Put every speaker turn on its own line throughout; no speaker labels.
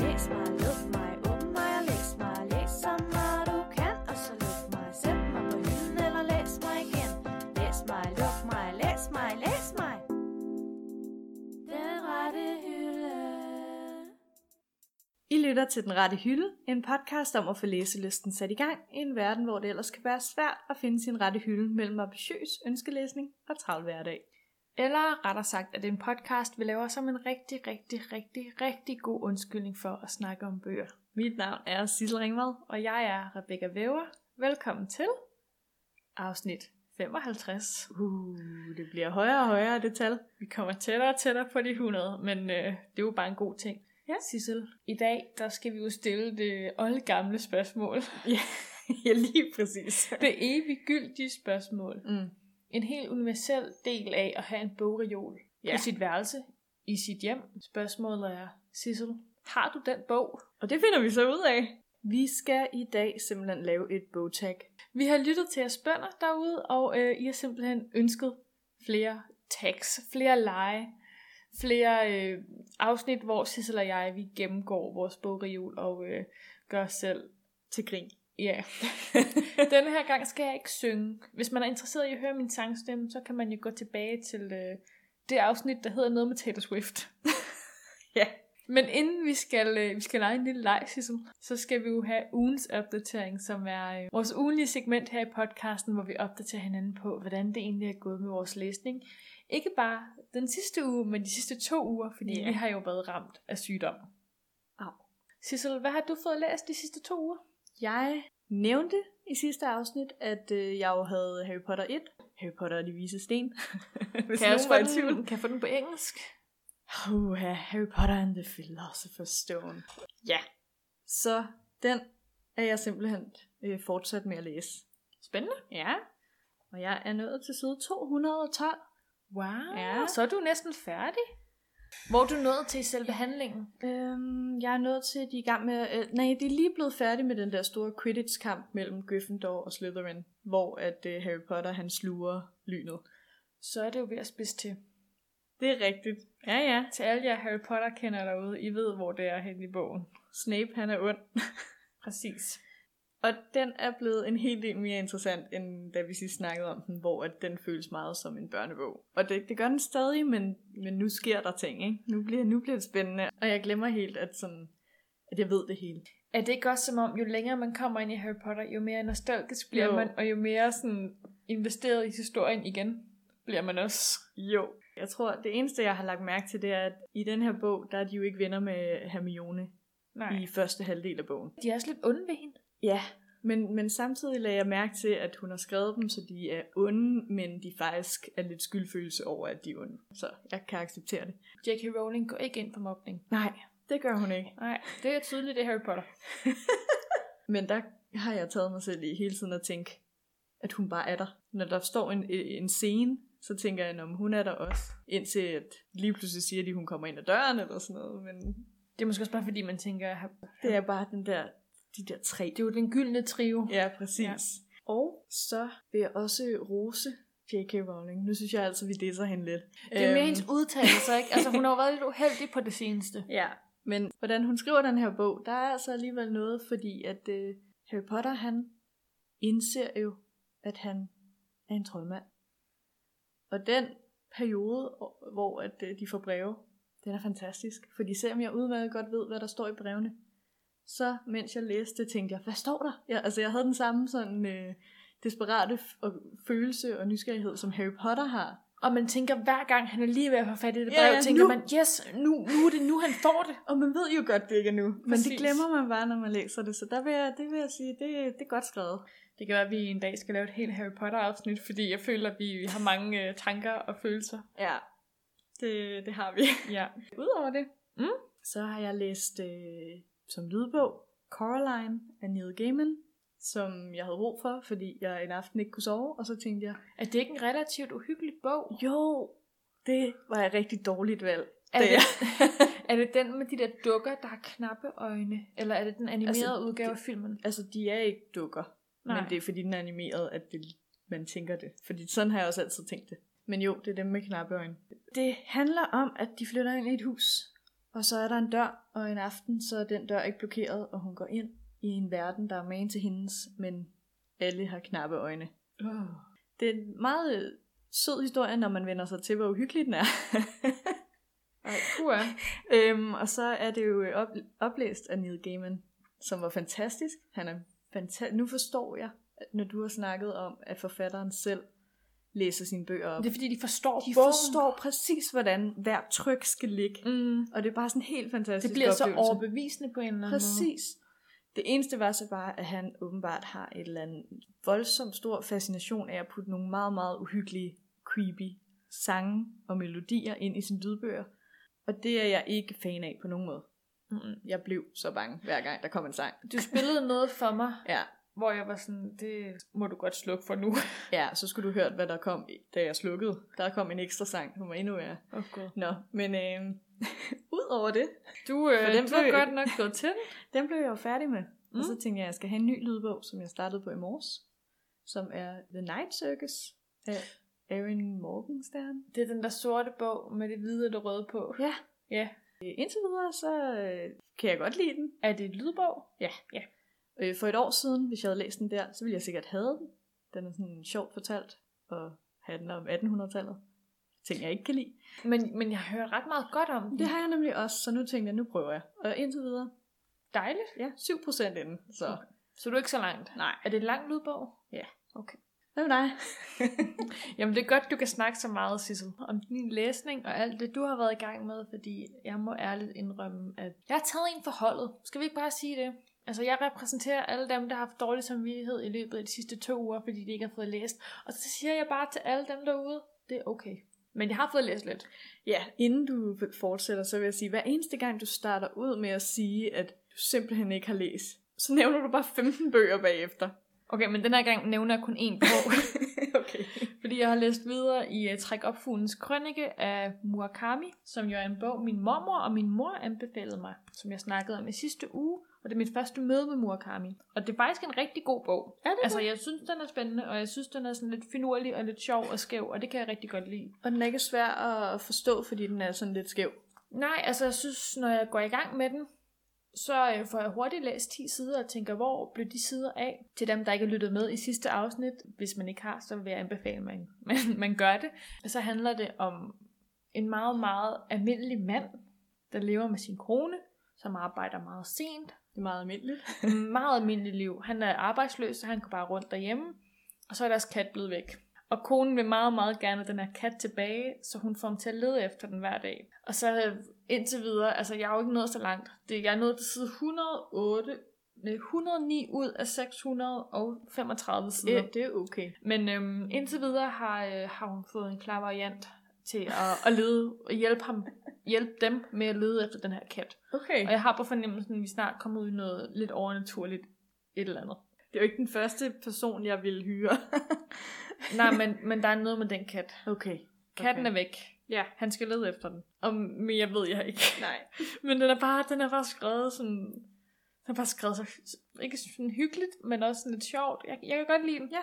læs mig, luk mig, åbn mig og læs mig. Læs så meget du kan, og så luk mig. Sæt mig på hylden eller læs mig igen. Læs mig, luk mig, læs mig, læs mig. Den rette hylde.
I lytter til Den Rette Hylde, en podcast om at få læselysten sat i gang i en verden, hvor det ellers kan være svært at finde sin rette hylde mellem ambitiøs ønskelæsning og travl hverdag.
Eller rettere sagt, at det er en podcast, vi laver som en rigtig, rigtig, rigtig, rigtig god undskyldning for at snakke om bøger.
Mit navn er Sissel Ringvad.
Og jeg er Rebecca Væver. Velkommen til afsnit 55.
Uh, det bliver højere og højere, det tal.
Vi kommer tættere og tættere på de 100, men øh, det er jo bare en god ting.
Ja.
Sissel, i dag der skal vi jo stille det oldgamle spørgsmål.
ja, lige præcis.
Det eviggyldige spørgsmål.
Mm.
En helt universel del af at have en bogreol
Ja.
ja. på sit værelse, i sit hjem. Spørgsmålet er, Sissel, har du den bog?
Og det finder vi så ud af. Vi skal i dag simpelthen lave et bogtag.
Vi har lyttet til jeres bønder derude, og øh, I har simpelthen ønsket flere tags, flere lege, flere øh, afsnit, hvor Sissel og jeg vi gennemgår vores bogreol og øh, gør os selv.
Til grin.
Ja, yeah. denne her gang skal jeg ikke synge. Hvis man er interesseret i at høre min sangstemme, så kan man jo gå tilbage til øh, det afsnit, der hedder noget med Taylor Swift.
Ja.
Men inden vi skal, øh, vi skal lege en lille leg, Sissel, så skal vi jo have ugens opdatering, som er øh, vores ugenlige segment her i podcasten, hvor vi opdaterer hinanden på, hvordan det egentlig er gået med vores læsning. Ikke bare den sidste uge, men de sidste to uger, fordi
Ja.
yeah. vi har jo været ramt af sygdom.
Au.
Sissel, hvad har du fået læst de sidste to uger?
Jeg nævnte i sidste afsnit, at øh, jeg jo havde Harry Potter 1. Harry Potter og de vise sten. Hvis
Kan jeg,
nogen var i
også få
tvivl.
den, kan jeg få den på engelsk?
Uh, Harry Potter and the Philosopher's Stone. Ja. Så den er jeg simpelthen øh, fortsat med at læse.
Spændende.
Ja. Og jeg er nået til side 212.
Wow.
Ja.
Ja. Så er du næsten færdig. Hvor er du nået til i selve handlingen?
Øhm, jeg er nået til, at de er i gang med... Øh, nej, det er lige blevet færdig med den der store Quidditch-kamp mellem Gryffindor og Slytherin, hvor at øh, Harry Potter han sluger lynet.
Så er det jo ved at spidse til.
Det er rigtigt. Ja, ja.
Til alle jer Harry Potter kender derude, I ved, hvor det er henne i bogen.
Snape han er ond.
Præcis.
Og den er blevet en hel del mere interessant, end da vi sidst snakkede om den, hvor at den føles meget som en børnebog. Og det, det gør den stadig, men, men nu sker der ting, ikke? Nu bliver, nu bliver det spændende, og jeg glemmer helt, at, sådan, at jeg ved det hele.
Er det ikke også som om, jo længere man kommer ind i Harry Potter, jo mere nostalgisk bliver
Jo.
jo. man, og jo mere sådan investeret i historien igen, bliver man også.
Jo. Jeg tror, det eneste, jeg har lagt mærke til, det er, at i den her bog, der er de jo ikke venner med Hermione Nej. i første halvdel af bogen.
De er også lidt onde ved hende.
Ja, men, men samtidig lagde jeg mærke til, at hun har skrevet dem, så de er onde, men de faktisk er lidt skyldfølelse over, at de er onde. Så jeg kan acceptere det.
J.K. Rowling går ikke ind for mobning.
Nej, det gør hun ikke.
Nej, det er tydeligt, det er Harry Potter.
Men der har jeg taget mig selv i hele tiden at tænke, at hun bare er der. Når der står en, øh, en scene, så tænker jeg, om hun er der også. Indtil at lige pludselig siger de, at hun kommer ind ad døren eller sådan noget. Men
Det er måske også bare, fordi man tænker, at
det er bare den der, de der tre.
det er jo den gyldne trio.
Ja, præcis. Ja. Og så vil jeg også rose J.K. Rowling. Nu synes jeg altså, vi disser hende lidt.
Det er mere
Øhm,
hendes udtalelser, ikke? Altså, hun har jo været lidt uheldig på det seneste.
Ja, men hvordan hun skriver den her bog, der er altså alligevel noget, fordi at øh, Harry Potter, han indser jo, at han er en troldmand. Og den periode, hvor at øh, de får breve, den er fantastisk. Fordi selvom jeg udmærket godt ved, hvad der står i brevene, så mens jeg læste, tænkte jeg, hvad står der? Jeg, altså jeg havde den samme sådan øh, desperate f- og følelse og nysgerrighed, som Harry Potter har.
Og man tænker, hver gang han er lige ved at få fat i det
Ja,
brev,
ja,
tænker
nu.
man, yes, nu, nu er det nu, han får det.
Og man ved jo godt, det ikke er nu. Men
Præcis.
det glemmer man bare, når man læser det. Så der vil jeg, det vil jeg sige, det, det er godt skrevet.
Det kan være, at vi en dag skal lave et helt Harry Potter-afsnit, fordi jeg føler, at vi har mange øh, tanker og følelser.
Ja, det, det har vi.
Ja. Udover det.
Så har jeg læst øh, som lydbog Coraline af Neil Gaiman, som jeg havde brug for, fordi jeg en aften ikke kunne sove. Og så tænkte jeg,
Er det ikke en relativt uhyggelig bog?
jo, det var et rigtig dårligt valg.
Er
Det
det,
er.
er det den med de der dukker, der har knappe øjne? Eller er det den animerede
Altså,
altså, udgave
det-
af filmen?
Altså, de er ikke dukker, Nej.
Nej.
men det er fordi, den er animeret, at det, man tænker det. Fordi sådan har jeg også altid tænkt det. Men jo, det er dem med knappeøjne. Det handler om, at de flytter ind i et hus, Og så er der en dør, og en aften så er den dør ikke blokeret, og hun går ind i en verden, der er magen til hendes, men alle har knappe øjne.
Oh.
Det er en meget sød historie, når man vender sig til, hvor uhyggelig den er.
Ej, puha.
øhm, og så er det jo op, oplæst af Neil Gaiman, som var fantastisk. Han er fanta- nu forstår jeg, at når du har snakket om, at forfatteren selv læser sine bøger op.
Det er fordi, de forstår
De
bogen.
forstår præcis, hvordan hver tryk skal ligge.
Mm.
Og det er bare sådan en helt fantastisk
Det bliver så
oplevelse.
overbevisende på en eller anden måde.
Præcis. Det eneste var så bare, at han åbenbart har et eller andet voldsomt stor fascination af at putte nogle meget, meget uhyggelige, creepy sange og melodier ind i sine lydbøger. Og det er jeg ikke fan af på nogen måde.
Mm.
Jeg blev så bange, hver gang der kom en sang.
Du spillede noget for mig,
Ja,
hvor jeg var sådan, det må du godt slukke for nu.
ja så skulle du hørt, hvad der kom, da jeg slukkede. Der kom en ekstra sang, som var endnu værre.
Oh, God.
Nå, men øh, ud over det,
Du, øh,
For den
du er
blev-
godt nok gået til.
Den blev jeg jo færdig med. Mm.
Mm.
Og så tænkte jeg, at jeg skal have en ny lydbog, som jeg startede på i morges. Som er The Night Circus af Erin Morgenstern.
Det er den der sorte bog med det hvide og det røde på.
Ja.
Ja.
Øh, Indtil videre, så øh, kan jeg godt lide den.
Er det et lydbog?
Øh, For et år siden, hvis jeg havde læst den der, så ville jeg sikkert have den. Den er sådan sjovt fortalt og handler om 1800-tallet. Ting, jeg ikke kan lide.
Men, men jeg hører ret meget godt om den.
Det har jeg nemlig også, så nu tænkte jeg, nu prøver jeg. Og indtil videre,
Dejligt.
ja, 7% inden. Så
Så du er ikke så langt?
nej.
Er det en lang lydbog?
Hvad med dig?
Jamen det er godt, du kan snakke så meget, Sissel, om din læsning og alt det, du har været i gang med, fordi jeg må ærligt indrømme, at jeg har taget en for holdet. Skal vi ikke bare sige det? Altså, jeg repræsenterer alle dem, der har haft dårlig samvittighed i løbet af de sidste to uger, fordi de ikke har fået læst. Og så siger jeg bare til alle dem derude, det er okay. Men jeg har fået læst lidt.
Ja, inden du fortsætter, så vil jeg sige, hver eneste gang du starter ud med at sige, at du simpelthen ikke har læst, så nævner du bare 15 bøger bagefter.
Okay, men den her gang nævner jeg kun én bog.
okay.
Fordi jeg har læst videre i uh, Træk op fuglens krønike af Murakami, som jo er en bog, min mormor og min mor anbefalede mig, som jeg snakkede om i sidste uge, og det er mit første møde med Murakami. Og det er faktisk en rigtig god bog.
Er det
Altså, jeg synes, den er spændende, og jeg synes, den er sådan lidt finurlig og lidt sjov og skæv, og det kan jeg rigtig godt lide.
Og den er ikke svær at forstå, fordi den er sådan lidt skæv.
Nej, altså, jeg synes, når jeg går i gang med den, så øh, får jeg hurtigt læst 10 sider og tænker, hvor blev de sider af? Til dem, der ikke har lyttet med i sidste afsnit, hvis man ikke har, så vil jeg anbefale, at man, man, man gør det. Og så handler det om en meget, meget almindelig mand, der lever med sin kone, som arbejder meget sent,
Det er meget almindeligt.
meget almindeligt liv. Han er arbejdsløs, så han går bare rundt derhjemme, og så er deres kat blevet væk. Og konen vil meget, meget gerne have den her kat tilbage, så hun får ham til at lede efter den hver dag. Og så øh, indtil videre, altså jeg er jo ikke nået så langt. Det, jeg er nået til side 108, nej, 109 ud af 635 sider.
det er okay.
Men øhm, indtil videre har, øh, har hun fået en klar variant til at, at lede, og hjælpe, ham, hjælpe dem med at lede efter den her kat.
Okay.
Og jeg har på fornemmelsen, at vi snart kommer ud i noget lidt overnaturligt et eller andet.
Det er jo ikke den første person, jeg ville hyre.
Nej, men, men der er noget med den kat.
okay.
Katten okay. er væk.
Ja.
Han skal lede efter den. Og mere ved jeg ikke.
Nej.
Men den er bare, den er bare skrevet sådan... Den er bare skrevet så... Ikke sådan hyggeligt, men også sådan lidt sjovt. Jeg, jeg kan godt lide den.
Ja.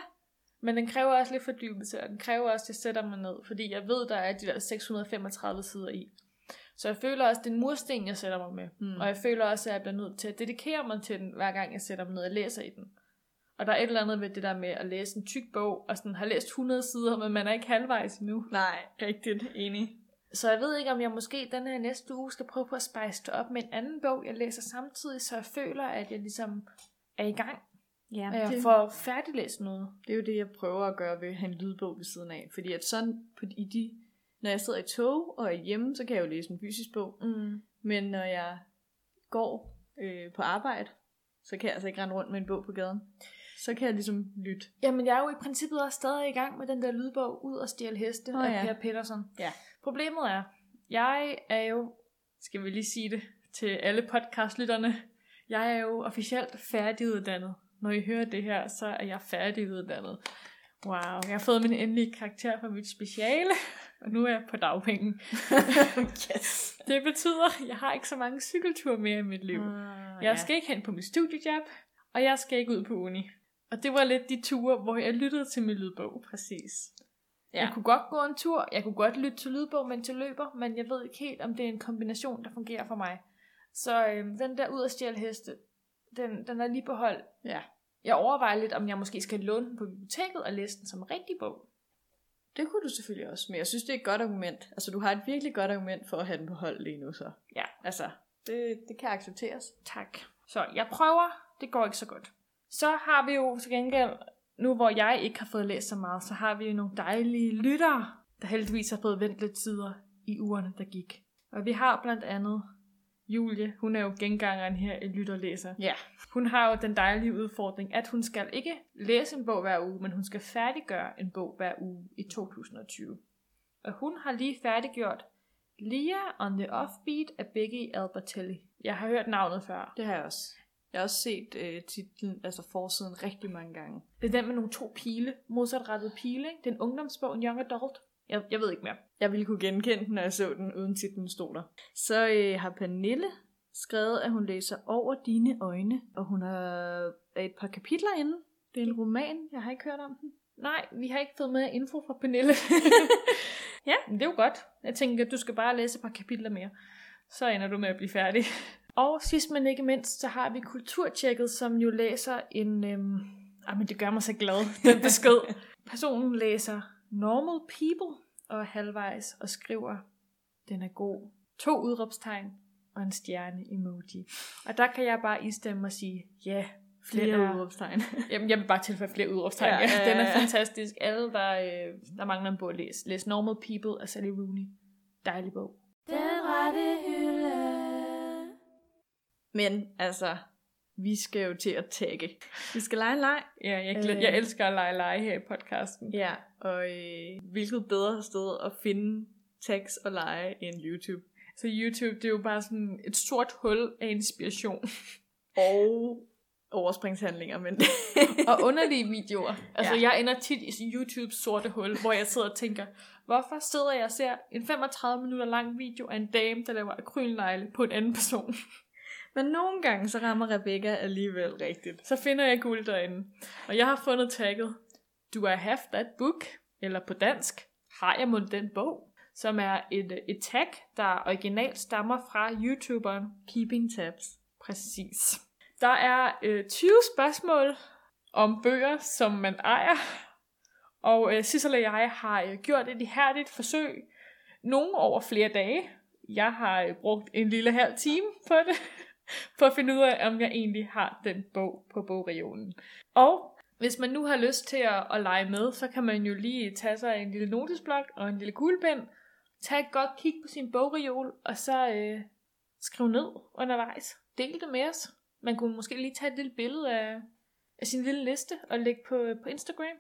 Men den kræver også lidt fordybelse, og den kræver også, at jeg sætter mig ned. Fordi jeg ved, der er de der 635 sider i. Så jeg føler også, det er en mursten, jeg sætter mig med.
Mm.
Og jeg føler også, at jeg bliver nødt til at dedikere mig til den, hver gang jeg sætter mig ned og læser i den. Og der er et eller andet ved det der med at læse en tyk bog, og sådan har læst 100 sider, men man er ikke halvvejs endnu.
Nej, rigtigt. Enig.
Så jeg ved ikke, om jeg måske den her næste uge skal prøve på at spice det op med en anden bog, jeg læser samtidig, så jeg føler, at jeg ligesom er i gang, øh,
Ja,
og jeg får færdiglæst noget.
Det er jo det, jeg prøver at gøre ved at have en lydbog ved siden af. Fordi at sådan, på, i de, når jeg sidder i tog og er hjemme, så kan jeg jo læse en fysisk bog.
Mm.
Men når jeg går øh, på arbejde, så kan jeg altså ikke rende rundt med en bog på gaden. Så kan jeg ligesom lytte.
Jamen, jeg er jo i princippet også stadig i gang med den der lydbog Ud og stjæle heste
Åh,
oh, af
ja.
ja. Per Petersen.
Ja.
Problemet er, jeg er jo, skal vi lige sige det til alle podcastlytterne, jeg er jo officielt færdiguddannet. Når I hører det her, så er jeg færdiguddannet. Wow, jeg har fået min endelige karakter fra mit speciale, og nu er jeg på dagpenge.
yes.
Det betyder, at jeg har ikke så mange cykelture mere i mit liv.
Ah,
Jeg skal ikke hen på mit studiejob, og jeg skal ikke ud på uni. Og det var lidt de ture, hvor jeg lyttede til min lydbog. Præcis.
Ja.
Ja. Jeg kunne godt gå en tur, jeg kunne godt lytte til lydbog, mens jeg løber, men jeg ved ikke helt, om det er en kombination, der fungerer for mig. Så øhm, den der ud og stjæle heste, den, den er lige på hold.
Ja.
Jeg overvejer lidt, om jeg måske skal låne den på biblioteket og læse den som en rigtig bog.
Det kunne du selvfølgelig også, men jeg synes, det er et godt argument. Altså, du har et virkelig godt argument for at have den på hold lige nu, så.
Ja.
Altså, det, det kan accepteres.
Tak. Så jeg prøver, det går ikke så godt. Så har vi jo til gengæld, nu hvor jeg ikke har fået læst så meget, så har vi jo nogle dejlige lyttere, der heldigvis har fået vendt lidt tider i ugerne, der gik. Og vi har blandt andet Julie, hun er jo gengangeren her i Lytterlæser.
Ja.
Hun har jo den dejlige udfordring, at hun skal ikke læse en bog hver uge, men hun skal færdiggøre en bog hver uge i 2020. Og hun har lige færdiggjort Leah on the Offbeat af Biggie Albertelli. Jeg har hørt navnet før.
Det har jeg også. Jeg har også set øh, titlen, altså forsiden, rigtig mange gange.
Det er den med nogle to pile, modsatrettede pile. Ikke? Det er en ungdomsbog, en young adult. Jeg, jeg ved ikke mere.
Jeg ville kunne genkende den, når jeg så den, uden titlen stod der. Så øh, har Pernille skrevet, at hun læser Over dine øjne, og hun har et par kapitler inde. Det er en roman, jeg har ikke hørt om den.
Mm. Nej, vi har ikke fået med info fra Pernille. ja, men det er jo godt. Jeg tænker, du skal bare læse et par kapitler mere. Så ender du med at blive færdig. Og sidst men ikke mindst, så har vi Kulturtjekket, som jo læser en... Øhm... Ej, men det gør mig så glad, den besked. Personen læser Normal People og er halvvejs og skriver, den er god. To udråbstegn og en stjerne emoji. Og der kan jeg bare istemme og sige, ja, yeah, flere,
Flere
flere
udråbstegn.
Jamen, jeg vil bare tilføje flere udråbstegn.
Ja,
Ja,
ja, ja,
Den er
ja.
fantastisk. Alle, der, øh, der mangler en bog at læse. Læs Normal People af Sally Rooney. Dejlig bog.
Den rette hylde.
Men altså, vi skal jo til at tagge. Vi skal lege en leg.
Ja, jeg,
glæder- jeg
elsker at lege lege her i podcasten. Øh. Ja.
Ja, og øh, hvilket bedre sted at finde tags og lege end YouTube.
Så YouTube, det er jo bare sådan et sort hul af inspiration.
Og overspringshandlinger, men...
og underlige videoer. Altså,
Ja.
ja. jeg ender tit i YouTubes sorte hul, hvor jeg sidder og tænker, hvorfor sidder jeg og ser en 35 minutter lang video af en dame, der laver akrylnegle på en anden person?
men nogle gange, så rammer Rebecca alligevel rigtigt.
Så finder jeg guld derinde. Og jeg har fundet tagget, Do I have that book? Eller på dansk, Har jeg mon den bog? Som er et, øh, et tag, der originalt stammer fra YouTuberen.
Keeping tabs.
Præcis. Der er øh, 20 spørgsmål om bøger, som man ejer. Og øh, Sissel og jeg har øh, gjort et ihærdigt forsøg. Nogle over flere dage. Jeg har øh, brugt en lille halv time på det. For at finde ud af, om jeg egentlig har den bog på bogreolen. Og hvis man nu har lyst til at, at lege med, så kan man jo lige tage sig en lille notesblok og en lille kuglepen. Tag et godt kig på sin bogreol, og så øh, skriv ned undervejs. Del det med os. Man kunne måske lige tage et lille billede af, af sin lille liste og lægge på, på Instagram.
øh,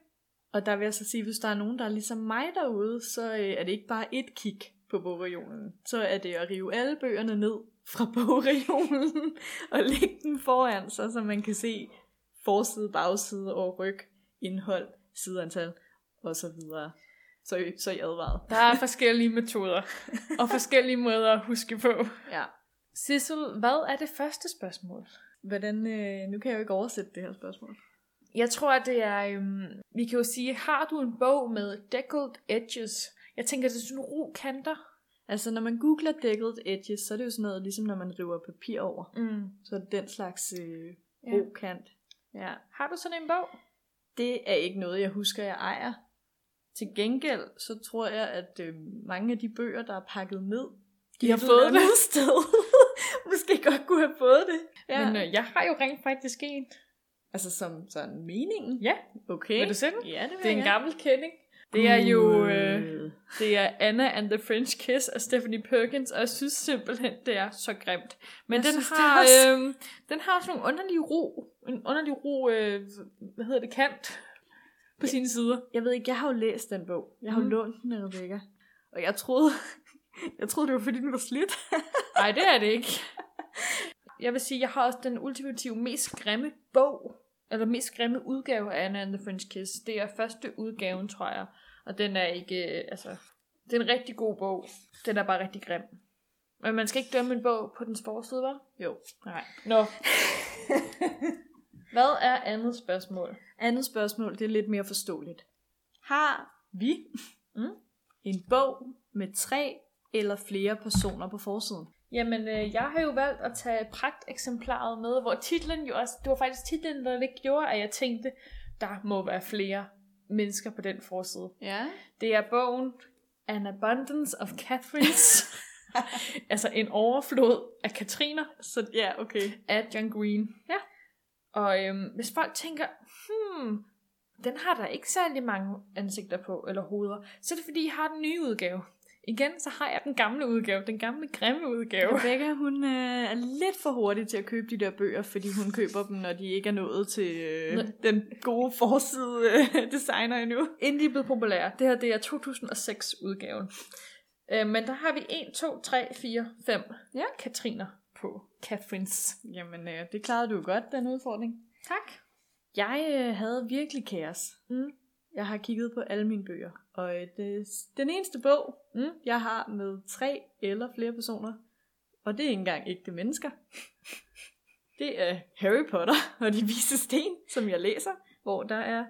Og der vil jeg så sige, hvis der er nogen, der er ligesom mig derude, så øh, er det ikke bare et kig på bogreolen. Så er det at rive alle bøgerne ned fra bogreolen og lægge dem foran sig, så man kan se forside, bagside og ryg, indhold, sideantal osv. Så, I- så er I advaret.
Der er forskellige metoder og forskellige måder at huske på.
Ja.
Sissel, hvad er det første spørgsmål?
Hvordan, øh, nu kan jeg jo ikke oversætte det her spørgsmål.
Jeg tror, at det er... Øhm, vi kan jo sige, har du en bog med deckled edges? Jeg tænker, det er sådan ro kanter.
Altså, når man googler dækket edges, så er det jo sådan noget, ligesom når man river papir over.
Mm.
Så er det den slags øh,
Ja.
rokant. Ja.
Har du sådan en bog?
Det er ikke noget, jeg husker, jeg ejer. Til gengæld, så tror jeg, at øh, mange af de bøger, der er pakket ned,
De
et
har fået
eller andet
det.
sted. Måske godt kunne have fået det.
Ja. Men øh, jeg har jo rent faktisk en.
altså som sådan meningen?
Ja.
Okay.
Vil du se den?
Ja, det vil
Det er
jeg
en
gerne.
gammel kending. Det er jo... Øh,
Øh,
Det er Anna and the French Kiss af Stephanie Perkins, og jeg synes simpelthen, det er så grimt. Men
Jeg
den,
synes det
har,
også.
øh, den har sådan nogle underlige ro, en underlig ro, øh, hvad hedder det, kant på sine sider.
Jeg ved ikke, jeg har jo læst den bog. Jeg har jo
Mhm.
lånt den af Rebecca. Og jeg troede, jeg troede, det var fordi, den var slidt.
Nej, det er det ikke. Jeg vil sige, jeg har også den ultimative, mest grimme bog, eller mest grimme udgave af Anna and the French Kiss. Det er første udgaven, tror jeg, og den er ikke, øh, altså, det er en rigtig god bog. Den er bare rigtig grim. Men man skal ikke dømme en bog på dens forside, hva'?
Jo.
Nej. Nå. Hvad er andet spørgsmål?
Andet spørgsmål, det er lidt mere forståeligt. Har vi
Mm?
En bog med tre eller flere personer på forsiden.
Jamen, øh, jeg har jo valgt at tage pragteksemplaret med, hvor titlen jo også, det var faktisk titlen, der lidt gjorde, at jeg tænkte, der må være flere mennesker på den forside.
Ja.
Det er bogen An Abundance of Catherines, altså en overflod af Katriner
Så ja, okay.
af John Green. Ja. Og øhm, hvis folk tænker, hmm, den har der ikke særlig mange ansigter på, eller hoveder, så er det fordi, jeg har den nye udgave. Igen, så har jeg den gamle udgave, den gamle grimme udgave.
Rebecca, hun øh, er lidt for hurtig til at købe de der bøger, fordi hun køber dem, når de ikke er nået til øh, den gode forside øh, designer endnu.
inden de er blevet populære. Det her, det er 2006-udgaven. Øh, men der har vi 1, 2, 3, 4, 5
Ja.
Katriner på. Catherines.
Jamen, øh, det klarede du godt, den udfordring.
Tak.
Jeg øh, havde virkelig kaos.
Mm.
Jeg har kigget på alle mine bøger, og øh, det, den eneste bog,
Mm.
jeg har med tre eller flere personer, og det er ikke engang ægte mennesker, det er Harry Potter og de vise sten, som jeg læser, hvor der er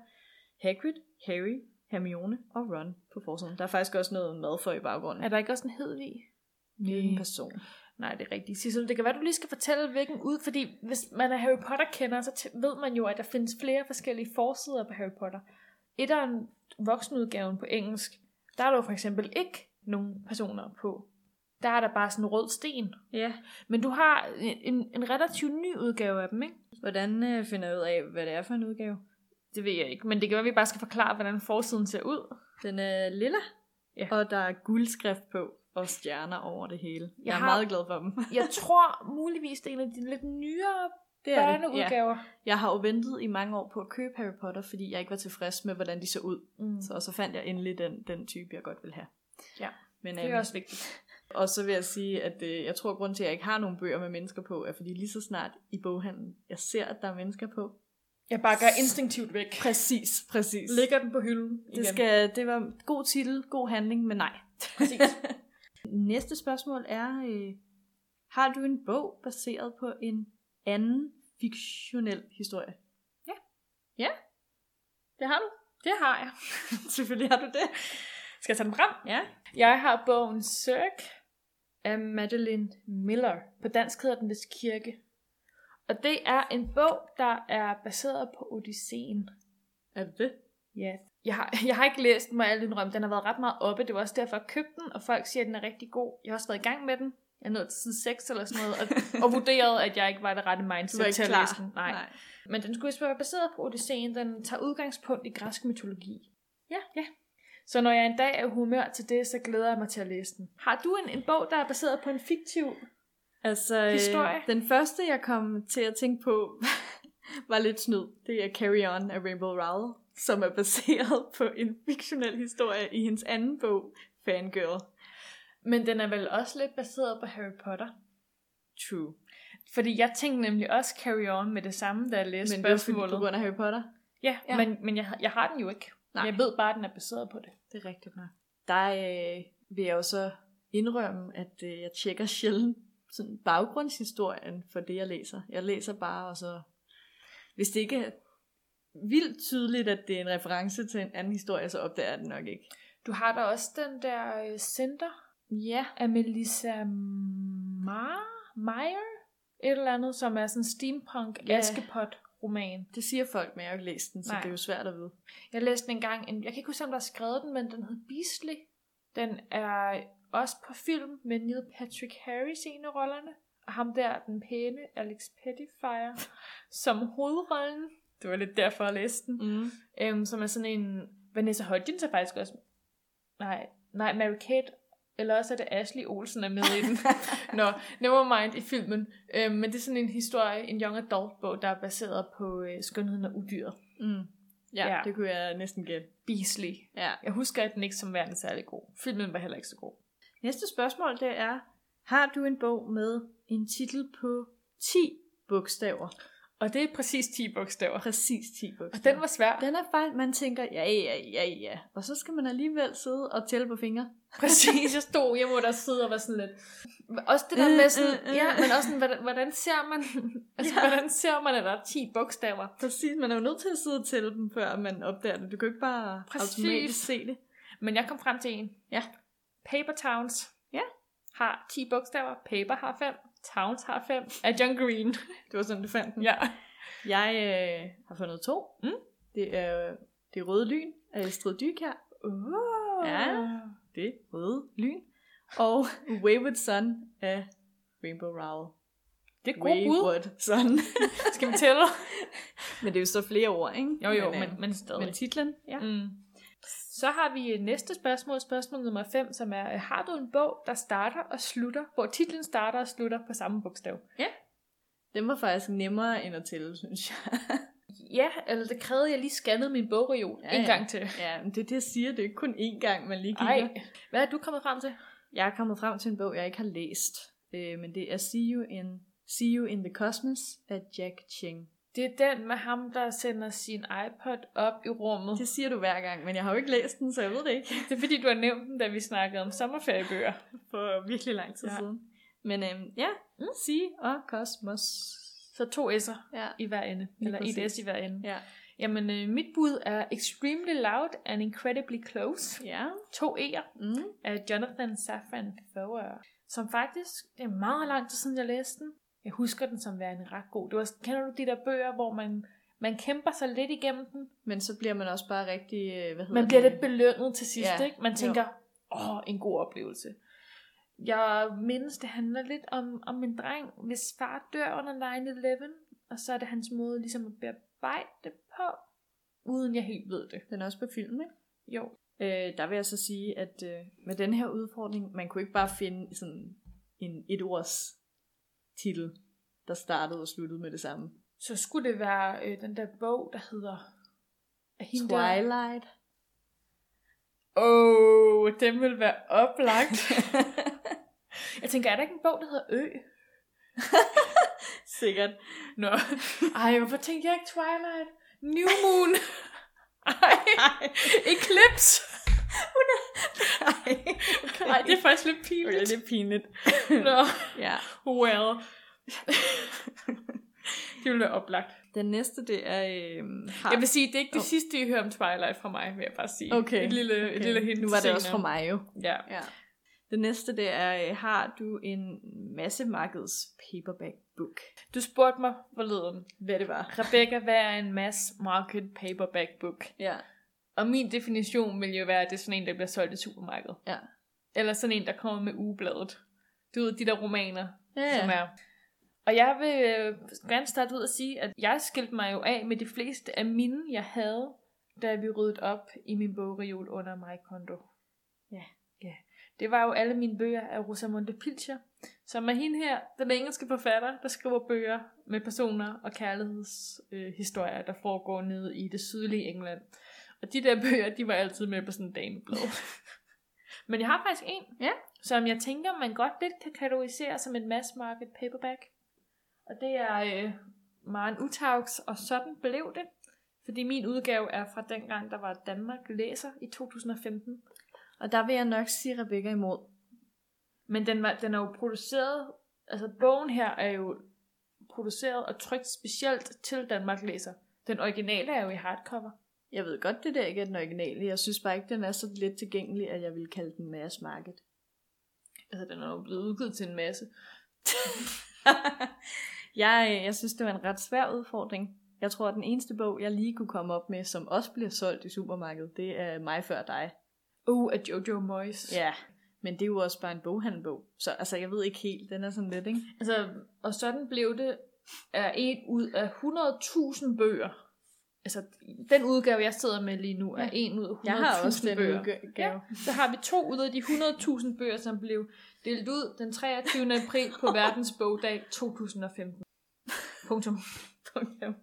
Hagrid, Harry, Hermione og Ron på forsiden. Der er faktisk også noget mad for i baggrunden.
Er der ikke også en Hedvig?
det er en person.
Nej, det er rigtigt. Sissel, det kan være, du lige skal fortælle, hvilken ud... Fordi hvis man er Harry Potter-kender, så t- ved man jo, at der findes flere forskellige forsider på Harry Potter. Et af voksenudgaven på engelsk, der er der jo for eksempel ikke nogen personer på. Der er der bare sådan en rød sten.
Ja,
Men du har en, en relativt ny udgave af dem, ikke?
hvordan øh, finder jeg ud af, hvad det er for en udgave?
Det ved jeg ikke, men det kan være, at vi bare skal forklare, hvordan forsiden ser ud.
Den er lilla,
Ja.
og der er guldskrift på og stjerner over det hele. Jeg, er
har-
meget glad for dem.
Jeg tror muligvis, det er en af de lidt nyere
Det Ja.
børneudgaver.
Jeg har jo ventet i mange år på at købe Harry Potter, fordi jeg ikke var tilfreds med, hvordan de så ud.
Mm.
Så, og så fandt jeg endelig den, den type, jeg godt vil have.
Ja,
Men,
Det
øhm,
er også vigtigt.
Og så vil jeg sige, at øh, jeg tror, at grunden til, at jeg ikke har nogen bøger med mennesker på, er fordi lige så snart i boghandlen, jeg ser, at der er mennesker på.
Jeg bakker instinktivt væk.
Præcis, præcis.
Lægger den på hylden igen.
Det, skal, det var god titel, god handling, men nej.
Præcis.
Næste spørgsmål er, øh, har du en bog baseret på en anden fiktionel historie?
Ja.
Ja? Det har du?
Det har jeg.
Selvfølgelig har du det.
Skal jeg tage den frem?
Ja.
Jeg har bogen Cirque af Madeline Miller. På dansk hedder den Hvis Kirke. Og det er en bog, der er baseret på Odysseen.
Er det det?
Ja. Jeg har, jeg har ikke læst mig alle indrømme. Den har været ret meget oppe. Det var også derfor, jeg købte den, og folk siger, at den er rigtig god. Jeg har også været i gang med den. Jeg nåede til side 6 eller sådan noget, og, og vurderede, at jeg ikke var i det rette mindset til at læse den. Nej. Nej. Men den skulle vist være baseret på Odysseen. Den tager udgangspunkt i græsk mytologi. Ja. ja. Så når jeg en dag er i humør til det, så glæder jeg mig til at læse den. Har du en, en bog, der er baseret på en fiktiv?
Altså, øh,
Historie.
den første, jeg kom til at tænke på, var lidt snyd. Det er Carry On af Rainbow Rowell, som er baseret på en fiktionel historie i hendes anden bog, Fangirl.
Men den er vel også lidt baseret på Harry Potter?
True.
Fordi jeg tænkte nemlig også carry on med det samme, da jeg læste
Men det er også
spørgsmålet.
fordi- på grund af Harry Potter.
Ja,
Ja.
ja. men, men jeg, jeg har den jo ikke.
Nej.
Nej. Jeg ved bare, at den er baseret på det.
Det er rigtigt nok. Der øh, vil jeg jo så indrømme, at øh, jeg tjekker sjældent sådan baggrundshistorien for det, jeg læser. Jeg læser bare, og så... Hvis det ikke er vildt tydeligt, at det er en reference til en anden historie, så opdager jeg den nok ikke.
Du har da også den der øh, Center
Ja.
af Melissa Ma- Meyer, et eller andet, som er sådan en steampunk
Ja.
ja. askepot roman.
Det siger folk, men jeg har jo ikke læst den, så Nej.
Nej.
det er jo svært at vide.
Jeg læste den engang, en, jeg kan ikke huske, om der er skrevet den, men den hed Beasley. Den er også på film med Neil Patrick Harris i en af rollerne, og ham der, den pæne Alex Pettifire, som hovedrollen. Det var lidt derfor, jeg læste den.
Mm.
øhm, som er sådan en... Vanessa Hudgens er faktisk også... Nej, nej, Mary Kate, eller også er det Ashley Olsen er med i den. Nå, never mind i filmen. Øhm, men det er sådan en historie, en young adult bog, der er baseret på øh, skønheden og udyret.
Mm. Ja, ja,
Ja.
det kunne jeg næsten gætte.
Beasley.
Ja.
Jeg husker at den ikke som værende særlig god. Filmen var heller ikke så god.
Næste spørgsmål, det er, har du en bog med en titel på 10 bogstaver?
Og det er præcis 10 bogstaver.
Præcis 10 bogstaver.
Og den var svær.
Den er faktisk, man tænker, ja, ja, ja, ja. Og så skal man alligevel sidde og tælle på fingre.
Præcis, jeg stod hjemme, hvor der sidder og var sådan lidt... Også det der
Øh,
med
øh,
sådan...
øh.
Ja, men også sådan, hvordan, hvordan ser man... Altså,
Ja.
hvordan ser man, at der er 10 bogstaver?
Præcis, man er jo nødt til at sidde og tælle dem, før man opdager det. Du kan jo ikke bare
Præcis.
automatisk se det.
Men jeg kom frem til en.
Ja.
Paper Towns.
Ja.
Har 10 bogstaver. Paper har 5. Towns har 5. Er John Green.
Det var sådan, du fandt den.
ja.
Jeg øh, har fundet to.
Mm.
Det er øh, det røde lyn af Astrid Dykær.
Uh.
Ja. Det røde lyn. Og Wayward Sun af Rainbow Rowell.
Det er gode bud.
Wayward Sun.
Skal vi tælle?
men det er jo så flere ord, ikke?
Jo, jo,
men, øh,
men, men stadig.
men titlen, ja.
Mm. Så har vi øh, næste spørgsmål, spørgsmål nummer 5, som er, øh, har du en bog, der starter og slutter, hvor titlen starter og slutter på samme bogstav?
Den var faktisk nemmere end at tælle, synes jeg.
Ja, eller det krævede, at jeg lige scannede min bogreol
Ja,
ja, en
ja.
gang til.
ja, men det er det, jeg siger. Det er ikke kun én gang, man lige kigger.
Nej. Hvad er du kommet frem til?
Jeg er kommet frem til en bog, jeg ikke har læst. Øh, men det er See You in, See you in the Cosmos af Jack Ching.
Det er den med ham, der sender sin iPod op i rummet.
Det siger du hver gang, men jeg har jo ikke læst den, så jeg ved det ikke.
Det er fordi, du har nævnt den, da vi snakkede om sommerferiebøger.
For virkelig lang tid ja.
Ja.
siden. Men øhm, ja, mm. See og Cosmos.
Så to s'er
Ja.
i hver ende.
Lige
eller et
præcis.
s i hver ende.
Ja.
Jamen, øh, mit bud er Extremely Loud and Incredibly Close.
Ja.
To E'er.
Mm.
af Jonathan Safran Foer, som faktisk, det er meget lang tid siden, jeg læste den. Jeg husker den som værende ret god. Det var, kender du de der bøger, hvor man, man kæmper sig lidt igennem den,
Men så bliver man også bare rigtig, øh, hvad hedder
man bliver lidt belønnet til sidst,
Ja,
ja, ikke? Man tænker, åh, en god oplevelse. Jeg mindes, det handler lidt om, om en dreng, hvis far dør under 9-11, og så er det hans måde ligesom at bearbejde det på, uden jeg helt ved det.
Den er også på film, ikke?
Jo,
Øh, der vil jeg så sige, at øh, med den her udfordring, man kunne ikke bare finde sådan en etårs titel, der startede og sluttede med det samme.
så skulle det være øh, den der bog, der hedder... af hende der-
Twilight.
Åh, oh, den vil være oplagt. jeg tænker, er der ikke en bog, der hedder Ø?
Sikkert.
Nå. Ej, hvorfor tænkte jeg ikke Twilight? New Moon. Ej, Eclipse.
Ej,
Ej, det er faktisk lidt pinligt.
okay, det er pinligt.
Nå,
Ja.
well. det ville være oplagt.
Den næste, det er... Øh, har...
Jeg vil sige, det er ikke det
Åh.
sidste, I hører om Twilight fra mig, vil jeg bare sige.
Okay.
Et lille, okay. et lille hint
Nu var det
til
også fra
senere.
mig jo.
Ja.
Ja. Det næste, det er, øh, har du en masse markeds paperback book?
Du spurgte mig forleden,
Hvad det var.
Rebecca, hvad er en mass market paperback book?
Ja.
Og min definition vil jo være, at det er sådan en, der bliver solgt i supermarkedet.
Ja.
Eller sådan en, der kommer med ugebladet. Du ved, de der romaner, ja. som
er...
er... Og jeg vil øh, gerne starte ud og sige, at jeg skilte mig jo af med de fleste af mine, jeg havde, da vi ryddede op i min bogreol under mig Kondo.
Ja.
ja. Det var jo alle mine bøger af Rosamunde Pilcher, som er hende her, den engelske forfatter, der skriver bøger med personer og kærlighedshistorier, øh, historier, der foregår nede i det sydlige England. Og de der bøger, de var altid med på sådan en dameblad. Men jeg har faktisk en,
Ja.
som jeg tænker, man godt lidt kan kategorisere som en mass market paperback. Og det er øh, Maren Utaugs, og sådan blev det. Fordi min udgave er fra dengang, der var Danmark læser i 2015.
Og der vil jeg nok sige Rebecca imod.
Men den, var, den er jo produceret, altså bogen her er jo produceret og trykt specielt til Danmark læser. Den originale er jo i hardcover.
Jeg ved godt, det der ikke er den originale. Jeg synes bare ikke, den er så let tilgængelig, at jeg vil kalde den mass market.
Altså den er jo blevet udgivet til en masse.
jeg, øh, jeg synes, det var en ret svær udfordring. Jeg tror, at den eneste bog, jeg lige kunne komme op med, som også bliver solgt i supermarkedet, det er mig før dig.
Uh, af Jojo Moyes.
Ja, men det er jo også bare en boghandbog. Så altså, jeg ved ikke helt, den er sådan lidt, ikke?
Altså, og sådan blev det er en ud af 100.000 bøger. Altså, den udgave, jeg sidder med lige nu, er
Ja.
en ud af 100.000
Jeg har også den
bøger.
udgave.
Ja, så har vi to ud af de 100.000 bøger, som blev delt ud den 23. april på verdensbogdag 2015. Punktum.
Punktum.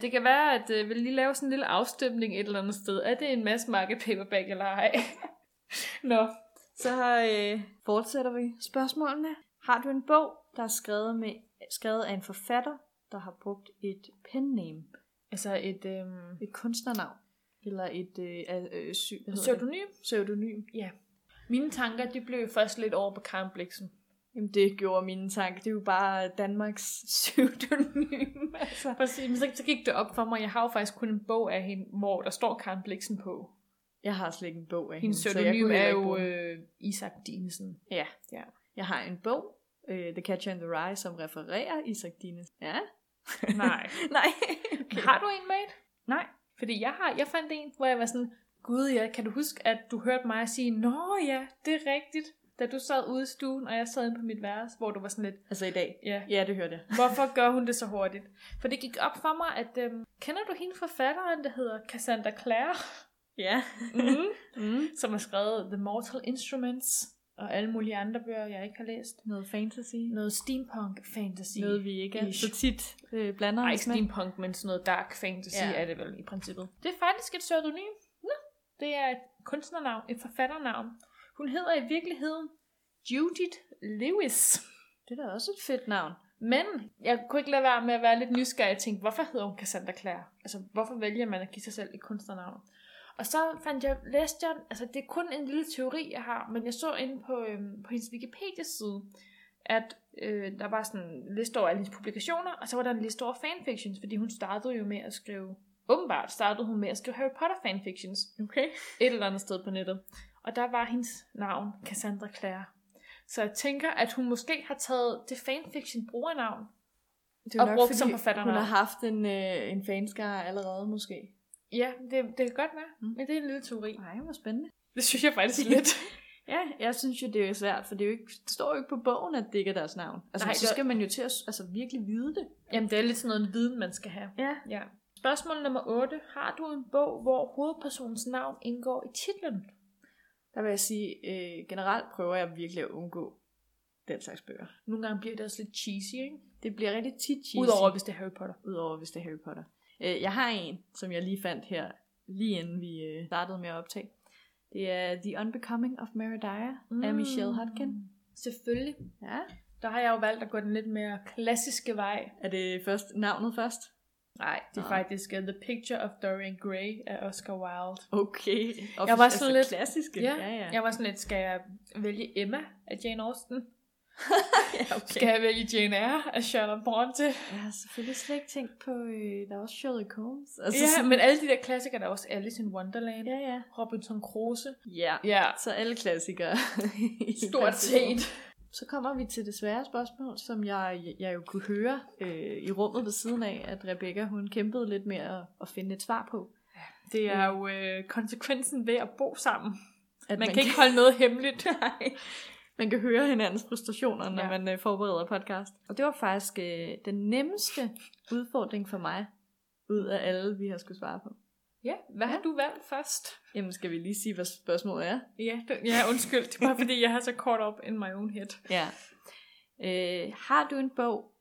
Det kan være, at øh, vi lige laver sådan en lille afstemning et eller andet sted. Er det en masse market paperback eller ej? Nå,
Så øh, fortsætter vi spørgsmålene. Har du en bog, der er skrevet, med, skrevet af en forfatter, der har brugt et penname,
altså et øhm,
et kunstnernavn, eller et øh, øh, øh, sy, hvad hedder det?
pseudonym.
pseudonym?
Mine tanker, de blev først lidt over på Karen Bliksen.
Jamen, det gjorde mine tanker. Det er jo bare Danmarks pseudonym. altså.
Præcis, men så, så gik det op for mig. Jeg har jo faktisk kun en bog af hende, hvor der står Karen Bliksen på.
Jeg har slet ikke en bog af
Hendes
hende, så jeg
pseudonym
kunne
er
heller ikke
jo
bruge den.
øh, Isak Dinesen.
Ja.
Ja.
Jeg har en bog, øh, The Catcher in the Rye, som refererer Isaac Dines. Ja?
Nej.
Nej.
okay. Har du en, mate?
Nej.
Fordi jeg har, jeg fandt en, hvor jeg var sådan, gud ja, kan du huske, at du hørte mig sige, nå ja, det er rigtigt, da du sad ude i stuen, og jeg sad inde på mit værelse, hvor du var sådan lidt,
Altså i dag.
ja,
Ja, det hørte jeg.
hvorfor gør hun det så hurtigt? For det gik op for mig, at, øhm, kender du hende forfatteren, der hedder Cassandra Clare?
Ja.
Mm.
Mm.
som har skrevet The Mortal Instruments, og alle mulige andre bøger, jeg ikke har læst.
Noget fantasy. Noget,
Noget steampunk fantasy.
noget vi ikke er
Ish.
så tit øh, blander
Nej,
os
ikke
med.
steampunk, men sådan noget dark fantasy
Ja.
ja. er det vel i princippet. Det er faktisk et pseudonym. Nå, det er et kunstnernavn, et forfatternavn. Hun hedder i virkeligheden Judith Lewis.
Det er da også et fedt navn.
Men jeg kunne ikke lade være med at være lidt nysgerrig og tænke, hvorfor hedder hun Cassandra Clare? Altså, hvorfor vælger man at give sig selv et kunstnernavn? Og så fandt jeg, læste jeg, altså det er kun en lille teori, jeg har, men jeg så inde på, øhm, på hendes Wikipedia-side, at øh, der var sådan en liste over alle hendes publikationer, og så var der en liste over fanfictions, fordi hun startede jo med at skrive, åbenbart startede hun med at skrive Harry Potter fanfictions,
Okay.
et eller andet sted på nettet. Og der var hendes navn Cassandra Clare. Så jeg tænker, at hun måske har taget det fanfiction brugernavn,
Det er jo
Og
nok,
brugt
fordi
som forfatternavn.
Hun har haft en, øh, en fanskare allerede måske.
Ja, det, det kan godt være.
Mm.
Mm. Men det er en lille teori.
Nej, hvor spændende.
Det synes jeg faktisk lidt.
Ja, jeg synes jo, det er svært, for det, er jo ikke, det står jo ikke på bogen, at det ikke er deres navn. Altså,
Nej,
så
det-
skal man jo til at s- altså, virkelig vide det.
Jamen, det er lidt sådan noget viden, man skal have.
Ja.
Ja. Spørgsmål nummer 8. Har du en bog, hvor hovedpersonens navn indgår i titlen?
Der vil jeg sige, øh, generelt prøver jeg virkelig at undgå den slags bøger.
Nogle gange bliver det også lidt cheesy, ikke?
Det bliver rigtig tit cheesy.
Udover, hvis det er Harry Potter.
Udover hvis det er Harry Potter. Øh, jeg har en, som jeg lige fandt her, lige inden vi øh, startede med at optage. Det er The Unbecoming of Meredith mm. af Michelle Hodgkin.
Selvfølgelig.
Ja.
Der har jeg jo valgt at gå den lidt mere klassiske vej.
Er det først, navnet først?
Nej, det er
Nå.
faktisk uh, The Picture of Dorian Gray af Oscar Wilde.
Okay. Og
Jeg var sådan lidt-
Klassiske.
Ja,
ja. ja.
Jeg var sådan lidt, skal jeg vælge Emma af Jane Austen?
ja okay.
Skal jeg vælge Jane Eyre af Charlotte Bronte?
Jeg har selvfølgelig slet ikke tænkt på, øh, der er også Sherlock Holmes.
Altså, ja, men alle de der klassikere, der er også Alice in Wonderland,
ja, ja.
Robinson Crusoe.
Ja,
Ja,
så alle klassikere. Altså,
stort set.
Så kommer vi til det svære spørgsmål, som jeg, jeg jo kunne høre øh, i rummet ved siden af, at Rebecca hun kæmpede lidt med at, at finde et svar på.
Det er jo øh, konsekvensen ved at bo sammen.
At
Man kan ikke holde noget hemmeligt.
Nej. Man kan høre hinandens frustrationer, når ja.
Ja.
man øh, forbereder podcast. Og det var faktisk øh, den nemmeste udfordring for mig, ud af alle, vi har skulle svare på.
Ja, hvad har du valgt først?
Jamen, skal vi lige sige, hvad spørgsmålet er?
Ja, det- ja undskyld. Det var fordi, jeg har så kort op in my own head.
Ja. Øh, har du en bog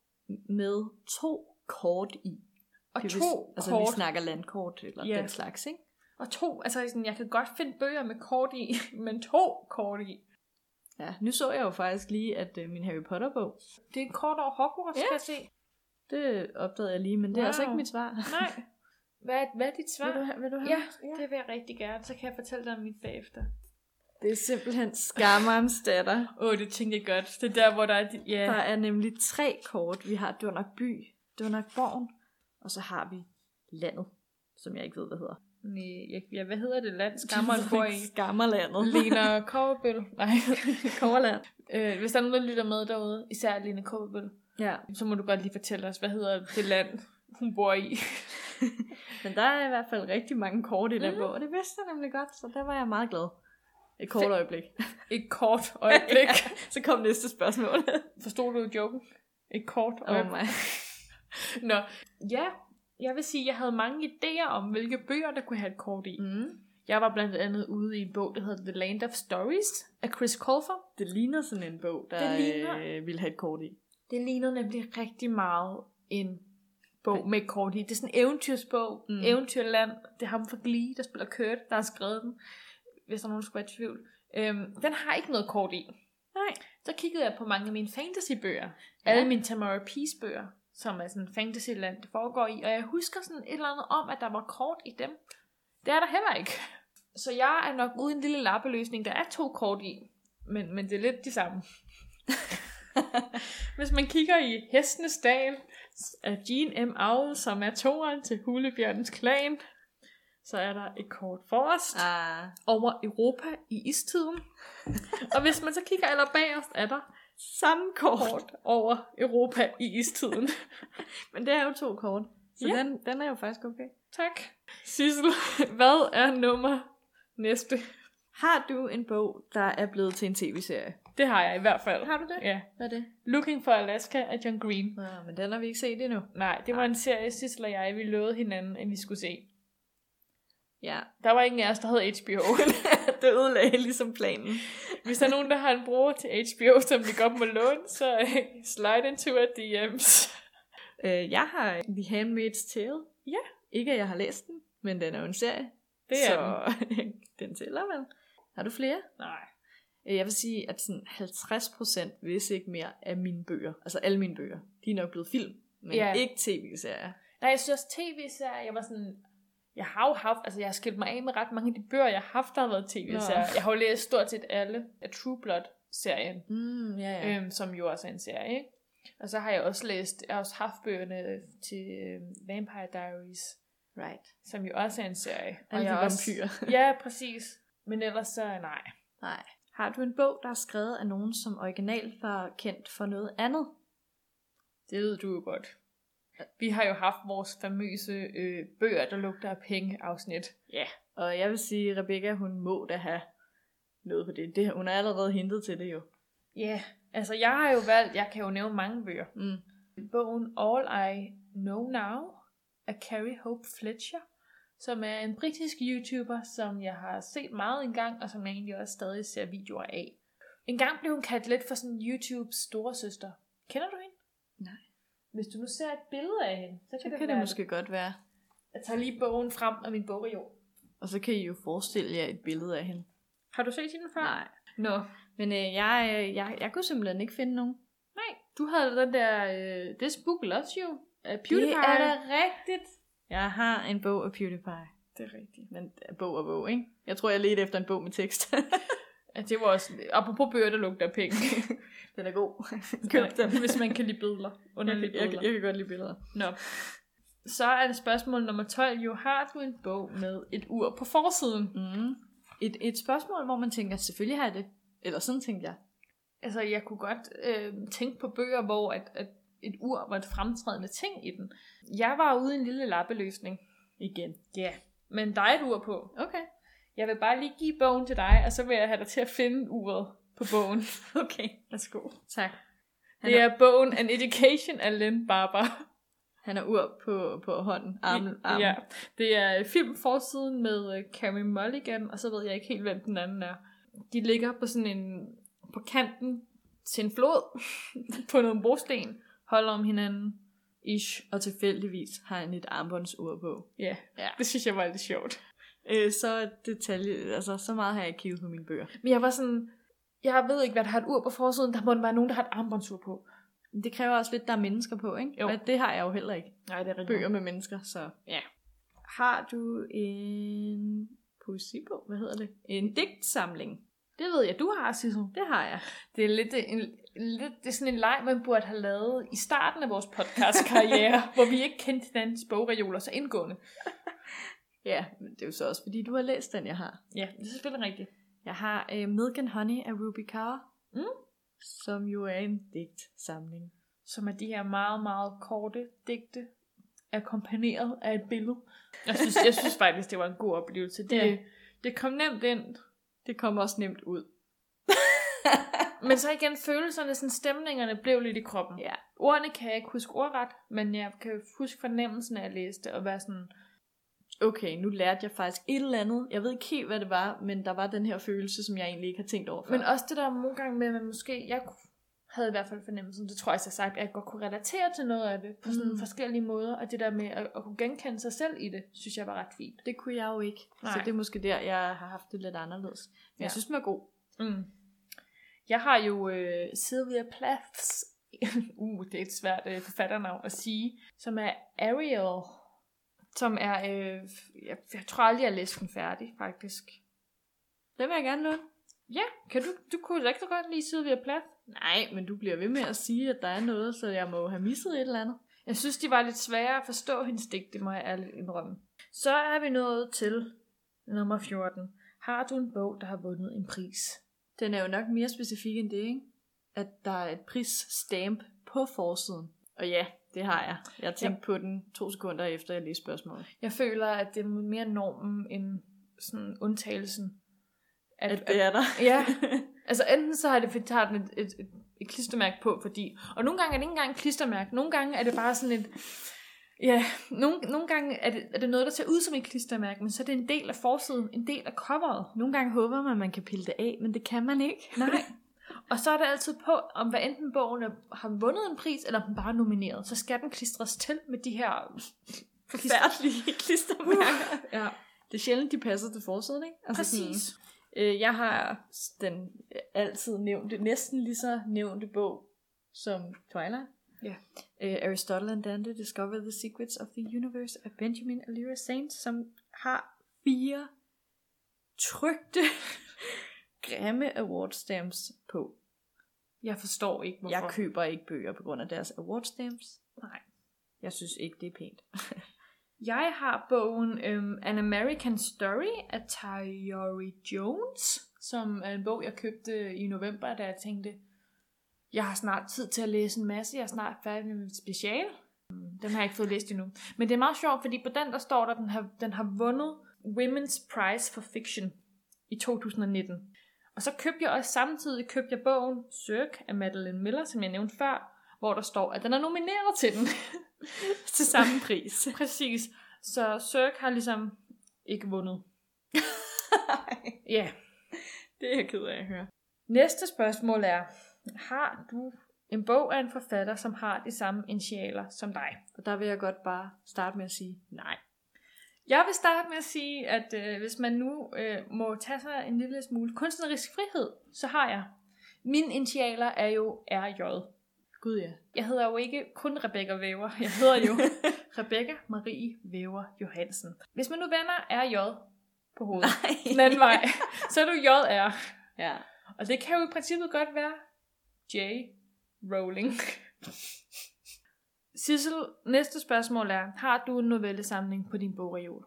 med to kort i?
Og
Det vil-
to
Altså, vi
kort.
snakker landkort eller
Ja.
den slags, ikke?
Og to, altså sådan, jeg kan godt finde bøger med kort i, men to kort i.
Ja, nu så jeg jo faktisk lige, at øh, min Harry Potter-bog,
Det er en kort over Hogwarts,
Ja.
kan jeg se.
det opdagede jeg lige, men det er altså
Wow.
ikke mit svar.
Nej. Hvad, hvad er dit svar?
Vil du, have- vil du have?
Ja, det vil jeg rigtig gerne. Så kan jeg fortælle dig om mit bagefter.
Det er simpelthen Skammerens datter.
Åh, oh, det tænkte jeg godt. Det er der, hvor der er... dit- Ja,
Der er nemlig tre kort. Vi har Dunderby, Dunderborgen, og så har vi landet, som jeg ikke ved, hvad hedder.
Nej, jeg, jeg, hvad hedder det land? Skammeren bor i.
Skammerlandet.
Lena Kåbebøl. Nej.
Koverland.
øh, hvis der er nogen, der lytter med derude, især Lena Kåbebøl,
Ja,
så må du godt lige fortælle os, hvad hedder det land, hun bor i.
Men der er i hvert fald rigtig mange kort i den
Mhm.
bog, og det vidste jeg nemlig godt, så der var jeg meget glad. Et kort
Fedt.
øjeblik.
Et kort øjeblik.
så kom næste spørgsmål.
Forstod du joken? Et kort
oh
øjeblik.
my.
Nå, ja. Jeg vil sige, at jeg havde mange idéer om, hvilke bøger, der kunne have et kort i.
Mm.
Jeg var blandt andet ude i en bog, der hedder The Land of Stories af Chris Colfer.
Det ligner sådan en bog, der
Det ligner.
øh, ville have et kort i.
Det ligner nemlig rigtig meget en bog med kort i. Det er sådan en eventyrsbog,
Mm.
mm. Eventyrland. Det er ham fra Glee, der spiller Kurt, der har skrevet den, hvis der er nogen, der skulle være i tvivl. Øhm, den har ikke noget kort i.
Nej.
Så kiggede jeg på mange af mine fantasybøger. Ja. Alle mine Tamara Peace bøger, som er sådan en fantasyland, det foregår i. Og jeg husker sådan et eller andet om, at der var kort i dem. Det er der heller ikke. Så jeg er nok ude i en lille lappeløsning. Der er to kort i, men, men det er lidt de samme. Hvis man kigger i Hestenes Dal af Jean M. Aul, som er toeren til Hulebjørnens Klan, Så er der et kort forrest
Ah,
over Europa i istiden. og hvis man så kigger eller bagerst, er der samme kort over Europa i istiden.
men det er jo to kort. Så
Ja.
den, den er jo faktisk okay.
tak. Sissel, hvad er nummer næste?
Har du en bog, der er blevet til en tv-serie?
Det har jeg i hvert fald.
Har du det?
Ja.
Hvad er det?
Looking for Alaska af John Green.
Nå, men den har vi ikke set endnu.
Nej, det var en serie, Sissel og jeg, vi lovede hinanden, at vi skulle se.
Ja.
Der var ingen af os, der havde HBO.
det ødelagde ligesom planen.
Hvis der er nogen, der har en bruger til HBO, som vi godt må låne, så øh, slide into our DM's.
Øh, jeg har The Handmaid's Tale.
Ja.
Ikke at jeg har læst den, men den er jo en serie.
Det er
så den. den tæller vel. Har du flere?
Nej.
Øh, Jeg vil sige, at sådan 50% hvis ikke mere af mine bøger, altså alle mine bøger, de er nok blevet film, men
Ja.
yeah. ikke tv-serier.
Nej, jeg synes også tv-serier, jeg var sådan... Jeg har jo haft, altså jeg har skilt mig af med ret mange af de bøger, jeg har haft, der har været tv-serier.
Nå.
Jeg har jo læst stort set alle af True Blood-serien,
Mm, ja, ja.
ja. øhm, som jo også er en serie, ikke? Og så har jeg også læst, jeg har også haft bøgerne til øhm, Vampire Diaries,
Right.
som jo også er en serie.
Alle
jeg
de
er
vampyrer.
Også, ja, præcis. Men ellers så nej.
Nej. Har du en bog, der er skrevet af nogen, som originalt var kendt for noget andet?
Det ved du jo godt. Vi har jo haft vores famøse øh, bøger, der lugter af penge afsnit.
Ja. Og jeg vil sige, at Rebecca, hun må da have noget på det. det hun er allerede hintet til det jo.
Ja, yeah. altså jeg har jo valgt, jeg kan jo nævne mange bøger.
Mm.
Bogen All I Know Now af Carrie Hope Fletcher, som er en britisk YouTuber, som jeg har set meget engang, og som jeg egentlig også stadig ser videoer af. En gang blev hun kaldt lidt for sådan YouTubes storesøster. Kender du hende?
Nej.
Hvis du nu ser et billede af hende, så kan det,
Det kan det
være-
måske godt være.
Jeg tager lige bogen frem af min bogreol.
Og så kan I jo forestille jer et billede af hende.
Har du set hende før? Nå. No.
Men øh, jeg, øh, jeg, jeg kunne simpelthen ikke finde nogen.
Nej, du havde den der uh, This Book Loves You af
PewDiePie.
PewDiePie. Det er da rigtigt.
Jeg har en bog af PewDiePie.
Det er rigtigt.
Men bog og bog, ikke? Jeg tror, jeg ledte efter en bog med tekst.
Ja, det var også, apropos bøger, der lugter af penge.
den er god. Køb den.
Hvis man kan lide billeder. Underlige
Jeg, jeg,
billeder.
jeg kan godt lide billeder.
Nå. Så er det spørgsmål nummer 12. Jo, har du en bog med et ur på forsiden?
Mm. Et, et spørgsmål, hvor man tænker, selvfølgelig har jeg det. Eller sådan tænkte jeg.
Altså, jeg kunne godt øh, tænke på bøger, hvor at, at et ur var et fremtrædende ting i den. Jeg var ude i en lille lappeløsning.
Igen.
Ja. Yeah. Men der er et ur på.
Okay.
Jeg vil bare lige give bogen til dig, og så vil jeg have dig til at finde uret på bogen.
Okay.
Værsgo.
Tak. Han
Det er bogen An Education af Len Barber.
Han har ur på, på hånden. Arm, arm.
Ja, det er filmforsiden med øh, Carey Mulligan, og så ved jeg ikke helt, hvem den anden er. De ligger på sådan en, på kanten til en flod, på nogle brosten, holder om hinanden. Ish.
Og tilfældigvis har han et armbåndsur på.
Ja,
Ja.
det synes jeg var lidt sjovt.
Øh, så detalje, altså så meget har jeg ikke kigget på mine bøger.
Men jeg var sådan, jeg ved ikke, hvad der har et ur på forsiden, der må den være nogen, der har et armbåndsur på.
Men Det kræver også lidt, der er mennesker på, ikke?
Jo.
Og det har jeg jo heller ikke.
Nej, det er rigtigt.
Bøger med mennesker, så
Ja.
Har du en poesibog? Hvad hedder det? En digtsamling.
Det ved jeg, du har, Sissel.
Det har jeg.
Det er lidt en, lidt, det er sådan en leg, man burde have lavet i starten af vores podcastkarriere, hvor vi ikke kendte hinandens bogreoler så indgående.
Ja, men det er jo så også, fordi du har læst den, jeg har.
Ja, det er selvfølgelig rigtigt.
Jeg har øh, Milk and Honey af Ruby Kaur,
Mm.
som jo er en digtsamling.
Som er de her meget, meget korte digte, akkompagneret af et billede. Jeg synes, jeg synes faktisk, det var en god oplevelse. Det,
Ja.
ja. det kom nemt ind,
Det kommer også nemt ud.
men så igen følelserne, sådan stemningerne blev lidt i kroppen.
Ja.
Ordene kan jeg ikke huske ordret, men jeg kan huske fornemmelsen af at læse det, og være sådan,
Okay, nu lærte jeg faktisk et eller andet. Jeg ved ikke helt, hvad det var, men der var den her følelse, som jeg egentlig ikke har tænkt over før.
Men også det der nogle gange med, at man måske, jeg ku- havde i hvert fald fornemmelsen, det tror jeg, jeg har sagt, at jeg godt kunne relatere til noget af det, på sådan
Mm.
mm. forskellige måder, og det der med at, at kunne genkende sig selv i det, synes jeg var ret fint.
det kunne jeg jo ikke. Nej. Så
Nej.
det er måske der, jeg har haft det lidt anderledes. Men
Ja.
ja. jeg synes, den var god.
Mm. Jeg har jo øh, Sylvia Plaths, uh, det er et svært øh, forfatternavn at sige, som er Ariel, som er, øh, jeg, jeg tror aldrig, jeg læste den færdig, faktisk.
Den vil jeg gerne låne.
Ja, kan du, du kunne rigtig godt lide Sylvia Plath.
Nej, men du bliver ved med at sige, at der er noget, så jeg må have misset et eller andet.
Jeg synes, de var lidt svære at forstå hendes digte, må jeg ærligt indrømme. Så er vi nået til nummer 14. Har du en bog, der har vundet en pris?
Den er jo nok mere specifik end det, ikke? At der er et prisstamp på forsiden. Og ja, det har jeg. Jeg tænkte på den to sekunder efter, jeg læste spørgsmålet.
Jeg føler, at det er mere normen end sådan undtagelsen.
At det er der.
Ja, altså enten så har, det, har den et, et, et, et klistermærke på, fordi... Og nogle gange er det ikke engang et klistermærke. Nogle gange er det bare sådan et... Ja, nogle, nogle gange er det, er det noget, der ser ud som et klistermærke, men så er det en del af forsiden, en del af coveret.
Nogle gange håber man, at man kan pille det af, men det kan man ikke.
Nej. Og så er det altid på, om hvad enten bogen er- har vundet en pris, eller om den bare er nomineret. Så skal den klistres til med de her...
Altså Forfærdelige klistermærker.
Ja,
Det er sjældent, de passer til forsiden, ikke? Altså
præcis.
Sådan, øh, jeg har den øh, altid nævnte, næsten lige så nævnte bog som Twilight.
Ja.
Øh, Aristotle and Dante Discover the Secrets of the Universe af Benjamin Alira Saint, som har fire trygte Grammy Award stamps på.
Jeg forstår ikke, hvorfor.
Hvorfor? Jeg køber ikke bøger på grund af deres award stamps.
Nej.
Jeg synes ikke, det er pænt.
Jeg har bogen øhm, An American Story af Tayori Jones, som er en bog, jeg købte i november, da jeg tænkte, jeg har snart tid til at læse en masse, jeg er snart færdig med mit special. Den har jeg ikke fået læst endnu. Men det er meget sjovt, fordi på den der står der, den har, den har vundet Women's Prize for Fiction i 2019. Og så købte jeg også samtidig købte jeg bogen Cirque af Madeleine Miller, som jeg nævnte før, hvor der står, at den er nomineret til den. til samme pris. Præcis. Så Cirque har ligesom ikke vundet. Ja,
det er jeg ked af at høre.
Næste spørgsmål er, har du en bog af en forfatter, som har de samme initialer som dig?
Og der vil jeg godt bare starte med at sige nej.
Jeg vil starte med at sige, at øh, hvis man nu øh, må tage sig en lille smule kunstnerisk frihed, så har jeg. Mine initialer er jo RJ.
Gud ja.
Jeg hedder jo ikke kun Rebecca Væver, jeg hedder jo Rebecca Marie Væver Johansen. Hvis man nu vender RJ på hovedet den anden vej, så er du JR.
Ja.
Og det kan jo i princippet godt være J. Rowling. Sissel, næste spørgsmål er, har du en novellesamling på din bogreol,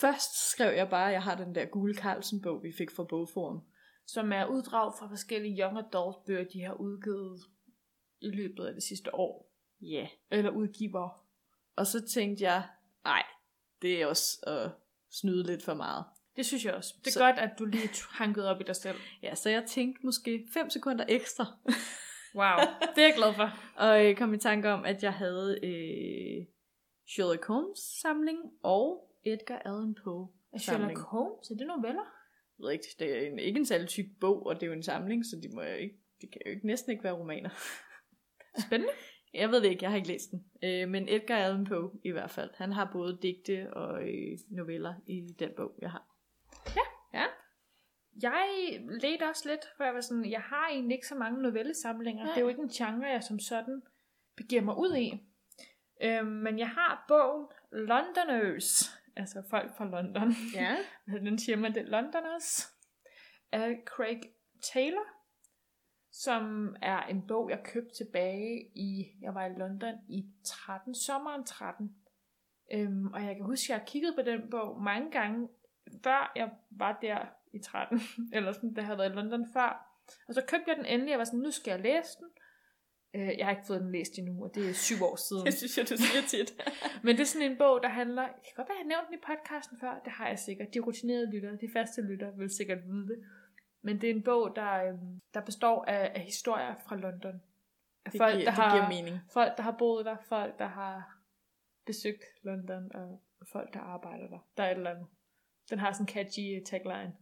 Først skrev jeg bare, at jeg har den der gule Carlsen-bog, vi fik fra Bogforum.
som er uddrag fra forskellige young adult bøger, de har udgivet i løbet af det sidste år,
Ja. Yeah.
eller udgiver.
Og så tænkte jeg, nej, det er også at snyde lidt for meget.
Det synes jeg også. Det er
Så-
så... godt, at du lige hankede op i dig selv.
Ja, så jeg tænkte måske 5 sekunder ekstra,
Wow, det er jeg glad for.
og øh, kom i tanke om, at jeg havde øh, Sherlock Holmes samling og Edgar Allan Poe samling.
Sherlock Holmes, er det noveller?
Jeg ved ikke, det er en, ikke en særlig tyk bog, og det er jo en samling, så det, må jeg ikke, det kan jo ikke, næsten ikke være romaner.
Spændende.
Jeg ved det ikke, jeg har ikke læst den. Øh, men Edgar Allan Poe i hvert fald. Han har både digte og øh, noveller i den bog, jeg har.
Jeg ledte også lidt, for jeg var sådan, jeg har egentlig ikke så mange novellesamlinger.
Nej.
Det er jo ikke en genre, jeg som sådan begiver mig ud i. Øhm, men jeg har bogen Londoners, altså folk fra London.
Ja.
Hvordan siger man det? Londoners af Craig Taylor, som er en bog, jeg købte tilbage i, jeg var i London i 13, sommeren 13. Øhm, og jeg kan huske, at jeg kiggede på den bog mange gange, før jeg var der i 13, eller sådan, da jeg havde været i London før. Og så købte jeg den endelig, og jeg var sådan, nu skal jeg læse den. Øh, jeg har ikke fået den læst endnu, og det er syv år siden.
synes jeg, du siger tit.
Men det er sådan en bog, der handler... Det kan godt være, jeg har nævnt den i podcasten før. Det har jeg sikkert. De rutinerede lyttere, de faste lyttere, vil sikkert vide det. Men det er en bog, der, øhm, der består af, af historier fra London. Af
Det,
folk,
giver,
der
det
har,
giver mening.
folk, der har boet der. Folk, der har besøgt London. Og folk, der arbejder der. Der er et eller andet. Den har sådan en catchy øh, tagline.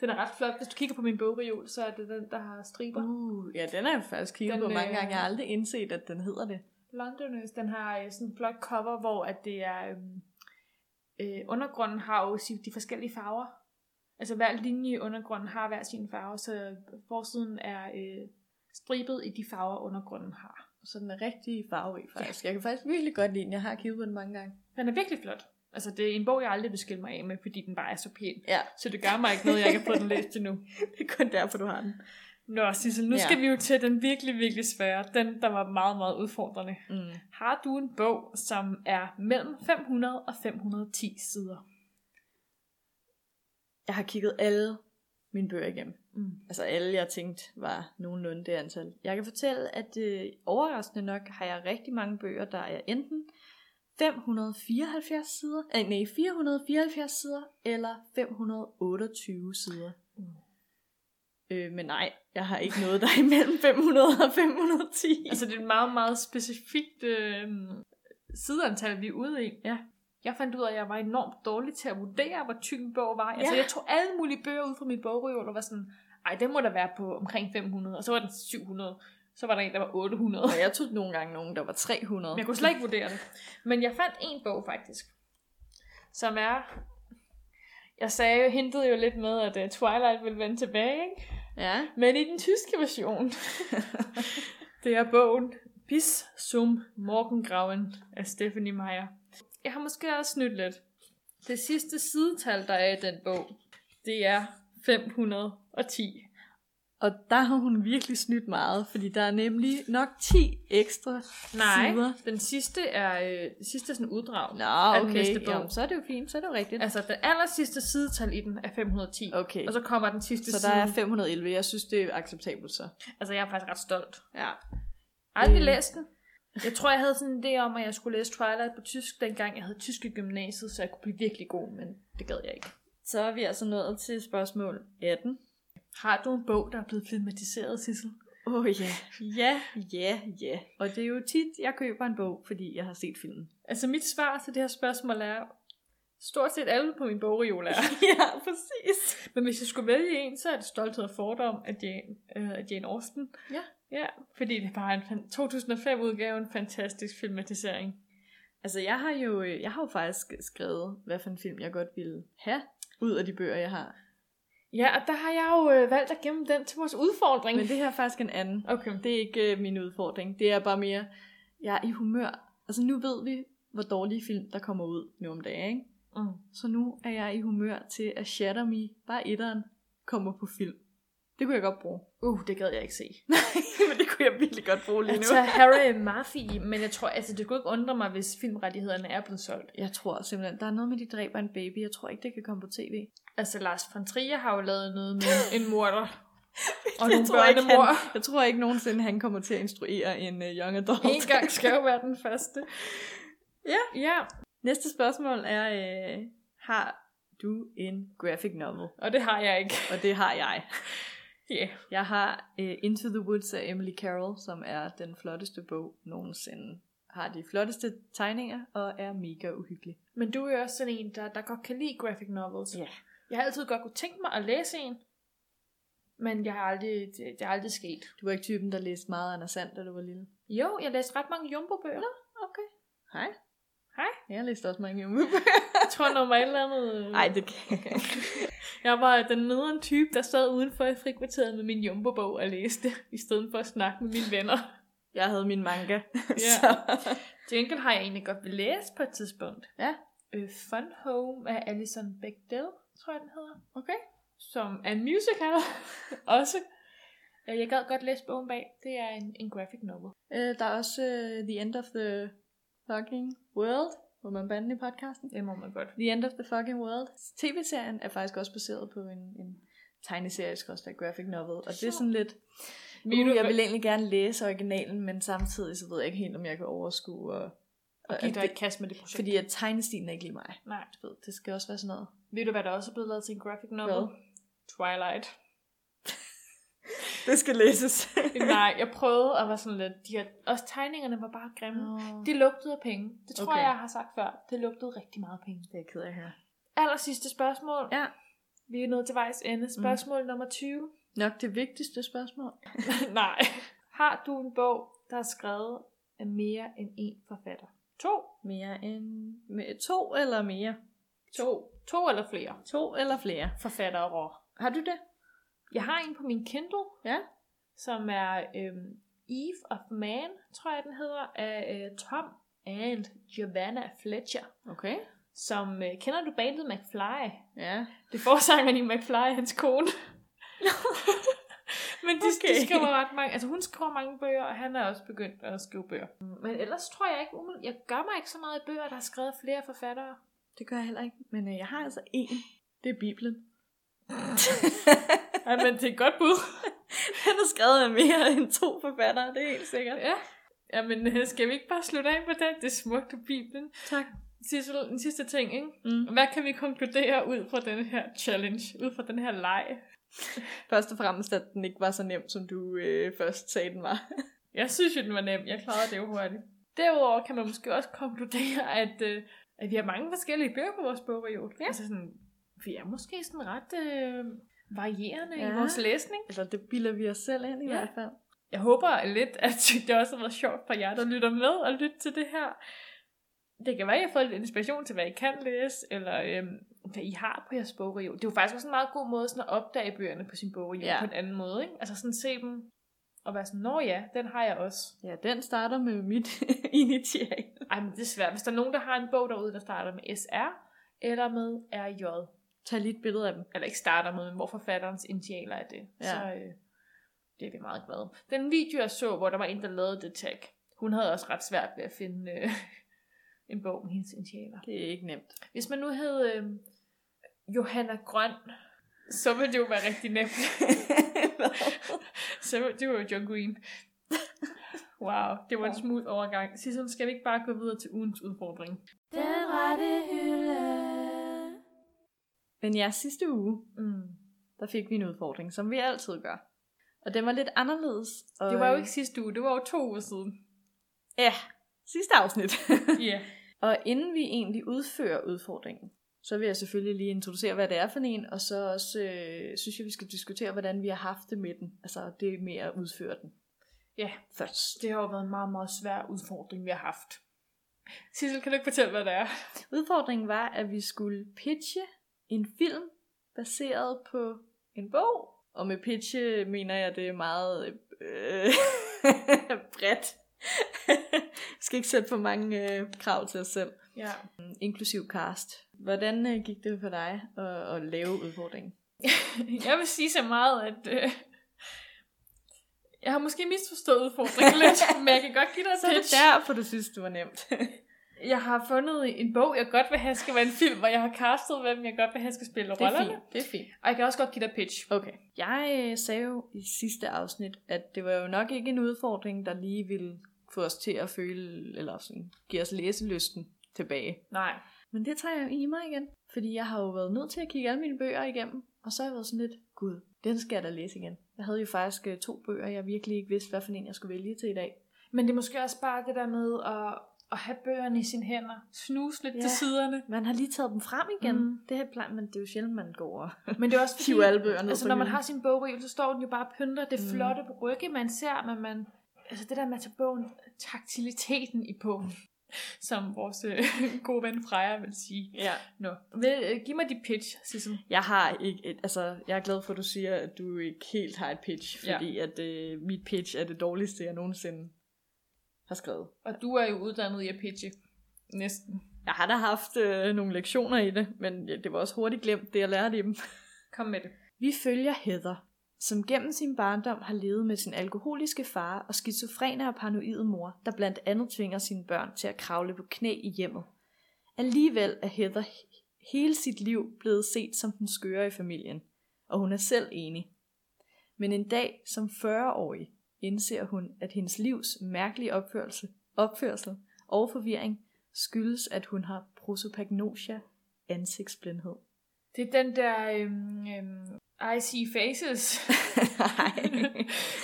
Den er ret flot. Hvis du kigger på min bogreol, så er det den, der har striber.
Uh, ja, den har jeg faktisk kigget
Den,
på mange
øh,
gange. Jeg har aldrig indset, at den hedder det.
Londoners, den har øh, sådan en flot cover, hvor at det er, øhm, øh, undergrunden har jo si- de forskellige farver. Altså hver linje i undergrunden har hver sin farve, så forsiden er øh, stribet i de farver, undergrunden har.
Så den er rigtig farverig faktisk. Ja. Jeg kan faktisk virkelig godt lide den. Jeg har kigget på den mange gange.
Den er virkelig flot. Altså det er en bog, jeg aldrig vil skille mig af med, fordi den bare er så pæn.
Ja,
Så det gør mig ikke noget, jeg kan få den læst endnu.
det er kun derfor, du har den.
Nå, Sissel, nu
Ja.
ja. skal vi jo til den virkelig, virkelig svære. Den, der var meget, meget udfordrende.
Mm.
Har du en bog, som er mellem 500 og 510 sider?
Jeg har kigget alle mine bøger igennem.
Mm.
Altså alle jeg tænkte var nogenlunde det antal. Jeg kan fortælle, at øh, overraskende nok har jeg rigtig mange bøger, der er enten 574 sider, øh, nej, 474 sider eller 528 sider.
Mm.
Øh, men nej, jeg har ikke noget, der er imellem 500 og 510.
Altså, det er et meget, meget specifikt øh, sideantal, vi er ude i.
Ja.
Jeg fandt ud af, at jeg var enormt dårlig til at vurdere, hvor tyk en bog var. Ja. Altså,
Ja.
jeg tog alle mulige bøger ud fra mit bogreol og var sådan, ej, den må der være på omkring 500, og så var den 700, så var der en, der var 800.
og Altså, jeg tog nogle gange nogen, der var 300.
Men jeg kunne slet ikke vurdere det. Men jeg fandt en bog faktisk, som er... Jeg sagde jo, hintede jo lidt med, at øh, Twilight ville vende tilbage, ikke?
Ja.
Men i den tyske version, det er bogen Bis zum Morgengrauen af Stephanie Meyer. Jeg har måske også snydt lidt. Det sidste sidetal, der er i den bog, det er 510.
Og der har hun virkelig snydt meget, fordi der er nemlig nok 10 ekstra
Nej,
sider.
den sidste er, øh, den sidste er sådan uddrag.
Nå,
af den næste
okay.
bog.
Jamen, så er det jo fint, så er det jo rigtigt.
Altså, den aller sidste sidetal i den er 510.
Okay,
Og så kommer den sidste
så der er
side.
511. Jeg synes, det er acceptabelt så.
Altså, jeg er faktisk ret stolt.
Ja.
Aldrig
Øh.
øh. læst den. Jeg tror, jeg havde sådan en idé om, at jeg skulle læse Twilight på tysk, dengang jeg havde tysk i gymnasiet, så jeg kunne blive virkelig god, men det gad jeg ikke.
Så er vi altså nået til spørgsmål 18.
Har du en bog, der er blevet filmatiseret, Sissel?
Åh oh, ja, ja, ja, ja. Og det er jo tit, jeg køber en bog, fordi jeg har set filmen.
Altså, mit svar til det her spørgsmål er, stort set alle på min bogreol er.
ja, præcis.
men hvis jeg skulle vælge en, så er det Stolthed og Fordom af Jane, øh, af Jane Austen.
Ja.
Ja, fordi det er bare en fan- 2005-udgave, en fantastisk filmatisering.
Altså, jeg har jo øh, jeg har jo faktisk skrevet, hvad for en film jeg godt ville have ud af de bøger, jeg har.
Ja, og der har jeg jo øh, valgt at gemme den til vores udfordring.
Men det her er faktisk en anden.
Okay.
Det er ikke øh, min udfordring. Det er bare mere, jeg er i humør. Altså nu ved vi, hvor dårlige film, der kommer ud nu om dagen. Ikke?
Mm.
Så nu er jeg i humør til, at Shatter Me, bare etteren, kommer på film. Det kunne jeg godt bruge.
Uh, det gad jeg ikke se.
Men det kunne jeg virkelig godt bruge lige nu.
Altså, Harry og Mafia, men jeg tror, altså, det kunne ikke undre mig, hvis filmrettighederne er blevet solgt.
Jeg tror simpelthen, der er noget med, de dræber en baby. Jeg tror ikke, det kan komme på tv.
Altså, Lars von Trier har jo lavet noget med en morder. Og
Jeg
nogle
tror ikke,
børnemor.
han, jeg tror ikke nogensinde, han kommer til at instruere en uh, young adult.
En gang skal jo være den første.
Ja.
Ja,
Næste spørgsmål er, øh, har du en graphic novel?
og det har jeg ikke.
Og det har jeg.
Yeah.
Jeg har uh, Into the Woods af Emily Carroll, som er den flotteste bog nogensinde. Har de flotteste tegninger og er mega uhyggelig.
Men du er jo også sådan en, der, der godt kan lide graphic novels.
Ja.
Jeg har altid godt kunne tænke mig at læse en, men jeg har aldrig, det, det er aldrig sket.
Du var ikke typen, der læste meget Anders Sand, da du var lille.
Jo, jeg læste ret mange jumbo-bøger.
Okay. Hej.
Hej.
Jeg læste også mange jumme.
Jeg tror, når mig et eller andet... øh,
Nej, det kan jeg ikke.
Jeg var den nederen type, der sad udenfor i frikvarteret med min jumbo-bog og læste, i stedet for at snakke med mine venner.
Jeg havde min manga.
Ja.
Så.
Til gengæld har jeg egentlig godt vil læse på et tidspunkt.
Ja.
Øh, Fun Home af Alison Bechdel, tror jeg den hedder.
Okay.
Som er en musical også. Øh, Jeg gad godt læse bogen bag. Det er en, en graphic novel.
Øh, der er også uh, The End of the Fucking World, hvor man bande i podcasten.
Det må man godt.
The End of the Fucking World. TV-serien er faktisk også baseret på en, en tegneserie, skorstræk graphic novel, og det er sådan lidt,
Vil
uh,
du-
jeg vil egentlig gerne læse originalen, men samtidig så ved jeg ikke helt, om jeg kan overskue, og,
Og giv
at
dig
det-
et kast med det projekt.
fordi at tegnestilen er ikke lige mig.
Nej.
Du ved, det skal også være sådan noget.
Ved du, hvad der også er blevet lavet til en graphic novel?
Hvad?
Twilight.
Det skal læses.
Nej, jeg prøvede og var sådan lidt... De her, også tegningerne var bare grimme.
det,
Det lugtede af penge. Det tror
Okay.
okay. jeg, jeg har sagt før. Det lugtede rigtig meget af penge.
det er jeg ked af at høre.
Aller sidste spørgsmål.
Ja.
Vi er nået til vejs ende. Spørgsmål mm. nummer 20.
Nok det vigtigste spørgsmål.
Nej. Har du en bog, der er skrevet af mere end en forfatter? To.
Mere end med to eller mere?
To. To eller flere
To eller flere.
forfattere.
Har du det?
Jeg har en på min Kindle,
Ja.
som er øhm, Eve of Man, tror jeg den hedder, af øh, Tom and Giovanna Fletcher.
Okay.
Som, øh, kender du bandet McFly?
Ja.
Det er forsangeren i McFly, hans kone. Men de, okay.
Okay.
de skriver ret mange. Altså hun skriver mange bøger, og han er også begyndt at skrive bøger. Men ellers tror jeg ikke, umiddelbart- jeg gør mig ikke så meget i bøger, der har skrevet flere forfattere.
Det gør jeg heller ikke, men øh, jeg har altså en. Det er Bibelen.
Ja, men det er et godt bud.
Den er skrevet af mere end to forfattere, det er helt sikkert.
Ja. Jamen, øh, skal vi ikke bare slutte af på det? Det er smukt af Bibelen.
Tak.
Sissel, en sidste ting, ikke?
Mm.
Hvad kan vi konkludere ud fra den her challenge, ud fra den her leg?
Først og fremmest, at den ikke var så nem, som du øh, først sagde, den var.
Jeg synes jo, den var nem. Jeg klarede det jo hurtigt. Derudover kan man måske også konkludere, at, øh, at vi har mange forskellige bøger på vores bogreol. Ja. Altså sådan, vi er måske sådan ret øh, varierende ja. i
Ja.
vores læsning.
Eller det bilder vi os selv ind i
Ja.
ja. hvert fald.
Jeg håber lidt, at det også har været sjovt for jer, der lytter med og lytter til det her. Det kan være, at I har fået lidt inspiration til, hvad I kan læse, eller øhm, hvad I har på jeres bogreol. Det er jo faktisk også en meget god måde sådan at opdage bøgerne på sin bogreol ja.
Ja.
på en anden måde. Ikke? Altså sådan se dem og være sådan, nå ja, den har jeg også.
Ja, den starter med mit initial.
Ej, men det er svært. Hvis der er nogen, der har en bog derude, der starter med SR, eller med RJ,
Tag lige et billede af dem.
eller ikke starter med, men hvor forfatterens initialer er det,
Ja.
så øh, det er vi meget glade. Den video, jeg så, hvor der var en, der lavede det tag, hun havde også ret svært ved at finde øh, en bog med hendes initialer.
Det er ikke nemt.
Hvis man nu hed øh, Johanna Grøn, så ville det jo være rigtig nemt. så ville det var jo John Green. Wow, det var en smooth overgang. Sissel, skal vi ikke bare gå videre til ugens udfordring?
Den rette hylde.
Men ja, sidste uge,
Mm.
der fik vi en udfordring, som vi altid gør. Og den var lidt anderledes. Og
Det var jo ikke sidste uge, det var jo to uger siden.
Ja, sidste afsnit.
Ja.
og inden vi egentlig udfører udfordringen, så vil jeg selvfølgelig lige introducere, hvad det er for en, og så også, øh, synes jeg, vi skal diskutere, hvordan vi har haft det med den. Altså det med at udføre den
Ja,
først.
det har jo været en meget, meget svær udfordring, vi har haft. Sissel, kan du ikke fortælle, hvad det er?
Udfordringen var, at vi skulle pitche en film baseret på en bog. Og med pitche mener jeg, det er meget øh, bredt. Vi skal ikke sætte for mange øh, krav til os selv.
Ja.
Inklusiv cast. Hvordan øh, gik det for dig at, at lave udfordringen?
Jeg vil sige så meget, at øh, jeg har måske misforstået udfordringen lidt, men jeg kan godt give dig
Så er
et
det
pitch.
derfor, du synes, det var nemt.
Jeg har fundet en bog, jeg godt vil have skal være en film, og jeg har castet, hvem jeg godt vil have skal spille rollerne.
Det er fint.
Og jeg kan også godt give dig pitch.
Okay. Jeg øh, sagde jo i sidste afsnit, at det var jo nok ikke en udfordring, der lige ville få os til at føle, eller sådan, give os læselysten tilbage.
Nej.
Men det tager jeg jo i mig igen, fordi jeg har jo været nødt til at kigge alle mine bøger igennem, og så har jeg været sådan lidt, gud, den skal jeg da læse igen. Jeg havde jo faktisk øh, to bøger, jeg virkelig ikke vidste, hvad for en jeg skulle vælge til i dag.
Men det er måske også bare det der med at, at have bøgerne i sine hænder. Snuse lidt ja. til
Ja.
siderne.
Man har lige taget dem frem igen.
Mm.
Mm. Det her plejer, men det er jo sjældent, man går og
Men det er også fordi,
hiver alle bøger ned
altså,
på
når man
hylden.
har sin bogreol, så står den jo bare og pynter det
Mm.
flotte rygge, man ser, men man, altså det der med at tage bogen, taktiliteten i bogen, som vores øh, gode ven Freja vil sige.
Ja.
Nå, vil, øh, giv mig dit pitch, Sissel.
Jeg har ikke et, altså, jeg er glad for, at du siger, at du ikke helt har et pitch,
Ja.
fordi at øh, mit pitch er det dårligste, jeg nogensinde har skrevet.
Og du er jo uddannet i at pitche. Næsten.
Jeg har da haft øh, nogle lektioner i det, men ja, det var også hurtigt glemt, det jeg lærte i dem.
Kom med det.
Vi følger Heather, som gennem sin barndom har levet med sin alkoholiske far og skizofrene og paranoide mor, der blandt andet tvinger sine børn til at kravle på knæ i hjemmet. Alligevel er Heather he- hele sit liv blevet set som den skøre i familien, og hun er selv enig. Men en dag som 40-årig indser hun, at hendes livs mærkelige opførsel, opførsel og forvirring skyldes, at hun har prosopagnosia, ansigtsblindhed.
Det er den der øhm, øhm, I see faces.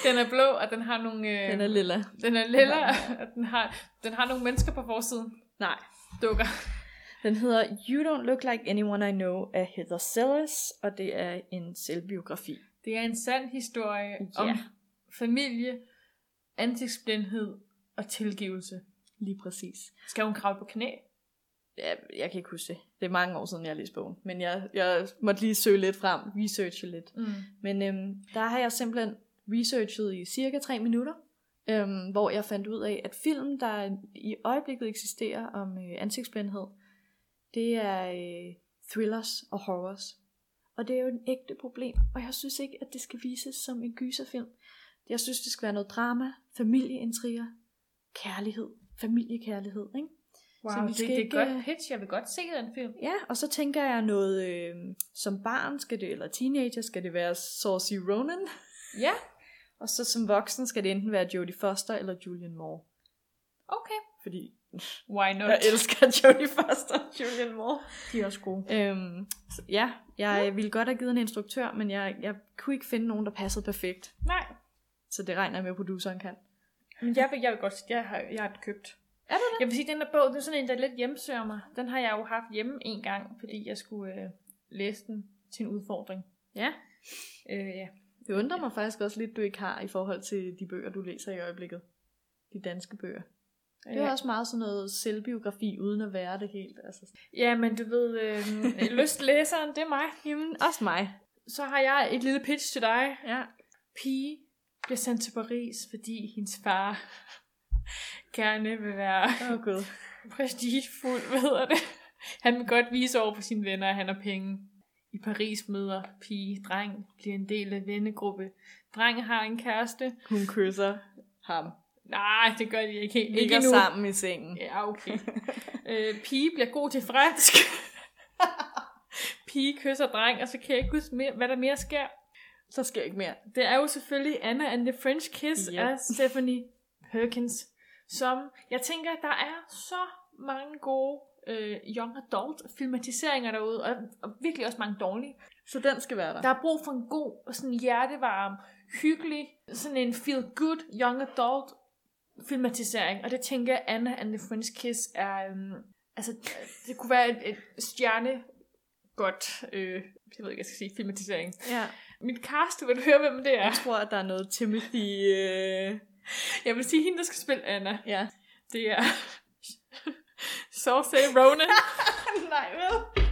den er blå, og den har nogle... Øh,
Den er lilla.
den er lilla, og den har, den har nogle mennesker på forsiden.
Nej.
Dukker.
Den hedder You Don't Look Like Anyone I Know af Heather Sellers, og det er en selvbiografi.
Det er en sand historie
Ja.
om familie, ansigtsblindhed og tilgivelse.
Lige præcis.
Skal hun kravle på knæ?
Ja, jeg kan ikke huske det. Det er mange år siden, jeg har læst bogen. Men jeg, jeg måtte lige søge lidt frem, researche lidt.
Mm.
Men øhm, der har jeg simpelthen researchet i cirka tre minutter, øhm, hvor jeg fandt ud af, at film, der i øjeblikket eksisterer om øh, ansigtsblindhed, det er øh, thrillers og horrors. Og Og det er jo en ægte problem, og jeg synes ikke, at det skal vises som en gyserfilm. Jeg synes, det skal være noget drama, familieintriger, kærlighed, familiekærlighed, ikke?
Wow,
Så vi
det,
skal
det er et
ikke,
godt
øh,
pitch. Jeg vil godt se den film.
Ja, og så tænker jeg noget, øh, som barn skal det, eller teenager skal det være Saoirse Ronan,
Ja,
og så som voksen skal det enten være Jodie Foster eller Julian Moore,
okay.
fordi
Why not?
jeg elsker Jodie Foster og Julian Moore.
de er også gode.
Øhm, så ja, jeg ville godt have givet en instruktør, men jeg, jeg kunne ikke finde nogen, der passede perfekt,
Nej,
så det regner jeg med, at produceren kan.
men jeg vil, jeg vil godt sige, jeg har, jeg har det købt.
Er det
Jeg vil sige, den der bog, det er sådan en, der lidt hjemsøger mig. Den har jeg jo haft hjemme en gang, fordi jeg skulle øh, læse den til en udfordring.
Ja.
Øh, ja.
Det undrer mig faktisk også lidt, du ikke har i forhold til de bøger, du læser i øjeblikket. De danske bøger. Det er
Øh,
jo også meget sådan noget selvbiografi, uden at være det helt. Altså.
Ja, men du ved, øh, lystlæseren, det er mig. Jamen,
Også mig.
så har jeg et lille pitch til dig.
Ja.
Pige bliver sendt til Paris, fordi hendes far gerne vil være
Åh oh, gud.
prestigefuld, hvad hedder det? Han vil godt vise over for sine venner, at han har penge. I Paris møder pige, dreng, bliver en del af vennegruppe. Dreng har en kæreste.
Hun kysser ham.
Nej, det gør de ikke helt.
Ligger
Ikke
ikke
nu.
sammen i sengen.
Ja, okay. øh, pige bliver god til fransk. pige kysser dreng, og så kan jeg ikke huske, mere, hvad der mere sker.
Så sker ikke mere.
Det er jo selvfølgelig Anna and the French Kiss
Yep.
yep. af Stephanie Perkins, som jeg tænker, der er så mange gode øh, young adult filmatiseringer derude, og, og virkelig også mange dårlige.
Så den skal være der.
Der er brug for en god, og sådan hjertevarm, hyggelig, sådan en feel good young adult filmatisering, og det tænker jeg, Anna and the French Kiss er, øhm, altså, det kunne være et, et stjerne godt, øh, jeg ved ikke, hvad jeg skal sige, filmatisering.
Ja.
Mit cast, du vil høre, hvem det er.
Jeg tror, at der er noget Timothy... Øh...
Jeg vil sige, hende, der skal spille Anna,
Ja.
det er Saoirse Ronan.
Nej, vel?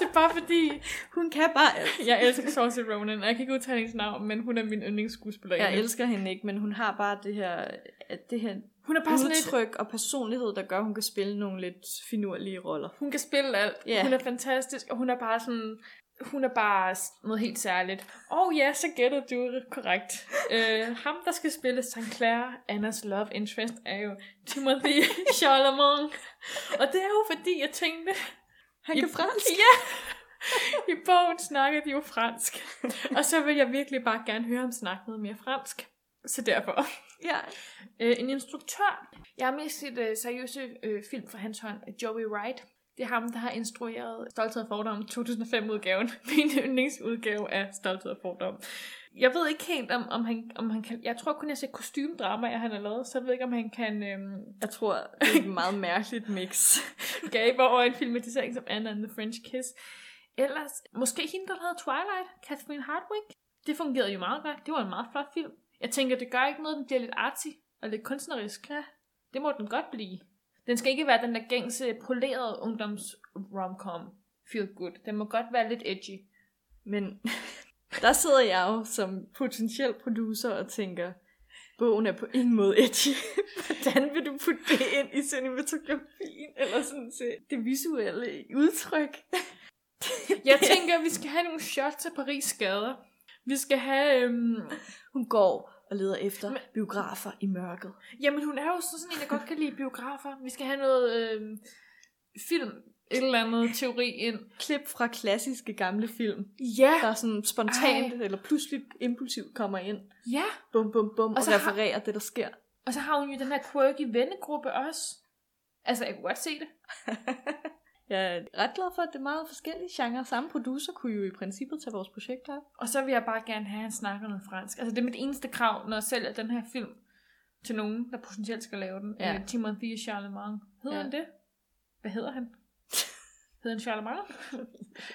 det er bare fordi,
Hun kan bare alt.
jeg elsker Saoirse Ronan, og jeg kan ikke udtale hendes navn, men hun er min yndlingsskuespiller.
Jeg elsker hende ikke, men hun har bare det her, at det her
Hun er bare sådan lidt,
udtryk og personlighed, der gør, at hun kan spille nogle lidt finurlige roller.
hun kan spille alt.
Ja.
Hun er fantastisk, og hun er bare sådan, hun er bare s- noget helt særligt. Og oh, ja, så gættede du det korrekt. Uh, ham, der skal spille St. Clair, Annas love interest, er jo Timothy Charlemagne. Og det er jo fordi, jeg tænkte,
Han
I-
kan fransk.
Ja! I bogen snakker de jo fransk. Og så vil jeg virkelig bare gerne høre ham snakke noget mere fransk. Så derfor.
ja.
Øh, en instruktør. Jeg har mest set øh, seriøse øh, film fra hans hånd. Joey Wright. Det er ham, der har instrueret Stolthed og Fordom 2005-udgaven. Min yndlingsudgave af Stolthed og Fordom. Jeg ved ikke helt, om, om, han, om han kan... Jeg tror kun, jeg har set kostymedramaer, han har lavet. Så jeg ved ikke, om han kan øh,
Jeg tror, det er et meget mærkeligt mix.
gabe over en filmatisering som Anna and the French Kiss. Ellers, måske hende, der lavede Twilight, Catherine Hardwick. Det fungerede jo meget godt. Det var en meget flot film. Jeg tænker, det gør ikke noget, den bliver lidt artsy og lidt kunstnerisk. Ja. Det må den godt blive. Den skal ikke være den der gængse, polerede ungdoms romcom feel good. Den må godt være lidt edgy.
Men der sidder jeg jo som potentiel producer og tænker, bogen er på ingen måde edgy. Hvordan vil du putte det ind i cinematografien? Eller sådan til det visuelle udtryk?
Jeg tænker, vi skal have nogle shots af Paris gader. Vi skal have... Øhm,
Hun går og leder efter
Men-
biografer i mørket.
Jamen, hun er jo så sådan en, der godt kan lide biografer. Vi skal have noget øh, film, et eller andet teori ind.
Klip fra klassiske gamle film,
Ja,
der sådan spontant Ej. eller pludselig impulsivt kommer ind.
ja.
Bum, bum, bum, og, og
så har-
refererer har... det, der sker.
Og så har hun jo den her quirky vennegruppe også. Altså, jeg kunne godt se det.
Jeg er ret glad for, at det er meget forskellige genrer. Samme producer kunne jo i princippet tage vores projekt op.
Og så vil jeg bare gerne have, at han snakker noget fransk. Altså, det er mit eneste krav, når jeg sælger den her film til nogen, der potentielt skal lave den.
Ja.
Ja. Timothy Charlemagne. Hedder ja.
Ja.
han det? Hvad hedder han? Hedder han Charlemagne?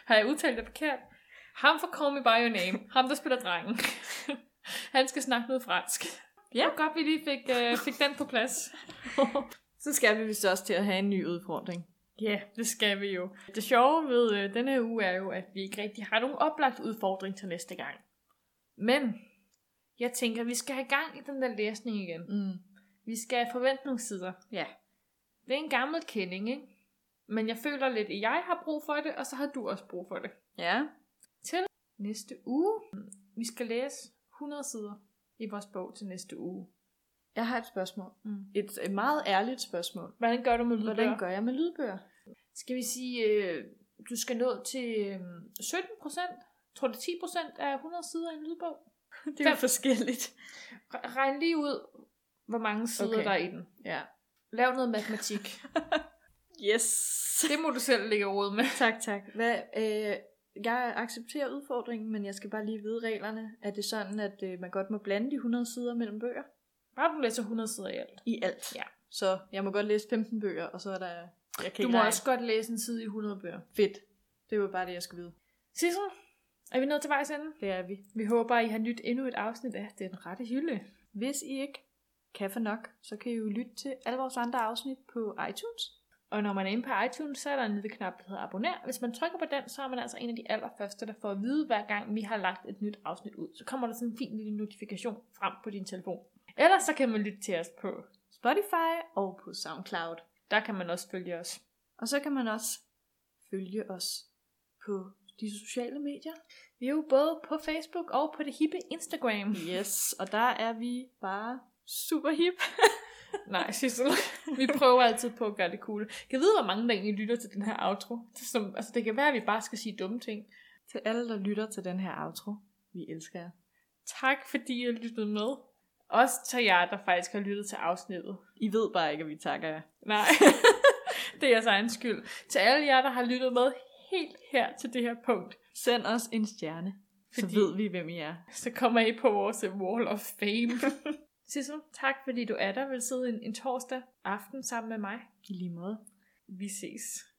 Har jeg udtalt det forkert? Ham fra Call Me By Your Name. Ham, der spiller drengen. han skal snakke noget fransk. Ja. Det var godt, vi lige fik, øh, fik den på plads.
Så skal vi vist også til at have en ny udfordring.
Ja, yeah, det skal vi jo. Det sjove ved øh, denne her uge er jo, at vi ikke rigtig har nogen oplagt udfordring til næste gang. Men jeg tænker, vi skal have gang i den der læsning igen.
Mm.
Vi skal forvente nogle sider.
Ja.
Det er en gammel kending, ikke? Men jeg føler lidt, at jeg har brug for det, og så har du også brug for det.
Ja.
Til næste uge. Vi skal læse 100 sider i vores bog til næste uge.
Jeg har et spørgsmål.
Mm.
Et, et meget ærligt spørgsmål.
Hvordan gør du med lydbøger?
Hvordan gør jeg med lydbøger?
Skal vi sige, øh, du skal nå til øh, 17 procent? Tror du 10 procent af 100 sider i en lydbog?
Det er jo forskelligt.
Re- Regn lige ud, hvor mange sider
Okay.
okay. der er i den.
Ja.
Lav noget matematik.
Yes.
det må du selv ligge og rode med.
Tak, tak. Hvad, øh, jeg accepterer udfordringen, men jeg skal bare lige vide reglerne. Er det sådan, at øh, man godt må blande de 100 sider mellem bøger?
Bare du læser 100 sider i alt.
I alt.
Ja.
Så jeg må godt læse 15 bøger, og så er der... Jeg
Du
kan ikke
må
regne.
også godt læse en side i 100 bøger.
Fedt. Det var bare det, jeg skulle vide.
Sissel, er vi nået til vejs ende?
Det er vi.
Vi håber, I har lyttet endnu et afsnit af Den Rette Hylde.
Hvis I ikke kan for nok, så kan I jo lytte til alle vores andre afsnit på iTunes.
Og når man er inde på iTunes, så er der en lille knap, der hedder abonner. Hvis man trykker på den, så er man altså en af de allerførste, der får at vide, hver gang vi har lagt et nyt afsnit ud. Så kommer der sådan en fin lille notifikation frem på din telefon. Ellers så kan man lytte til os på.
Spotify og på SoundCloud.
Der kan man også følge os.
Og så kan man også følge os på de sociale medier.
Vi er jo både på Facebook og på det hippe Instagram.
Yes, og der er vi bare super hip.
Nej, Sissel. Vi prøver altid på at gøre det cool. Kan vide, hvor mange der egentlig lytter til den her outro? Det, er som, altså, det kan være, at vi bare skal sige dumme ting.
Til alle, der lytter til den her outro. Vi elsker jer.
Tak, fordi I har lyttet med. Også til jer, der faktisk har lyttet til afsnittet.
I ved bare ikke, at vi takker jer.
Nej, det er jeres egen skyld. Til alle jer, der har lyttet med helt her til det her punkt,
Send os en stjerne, Fordi...
Fordi-
så ved vi, hvem I er.
så kommer I på vores øh, Wall of Fame. Sissel, tak fordi du er der. Vil sidde en, en torsdag aften sammen med mig.
I lige måde.
Vi ses.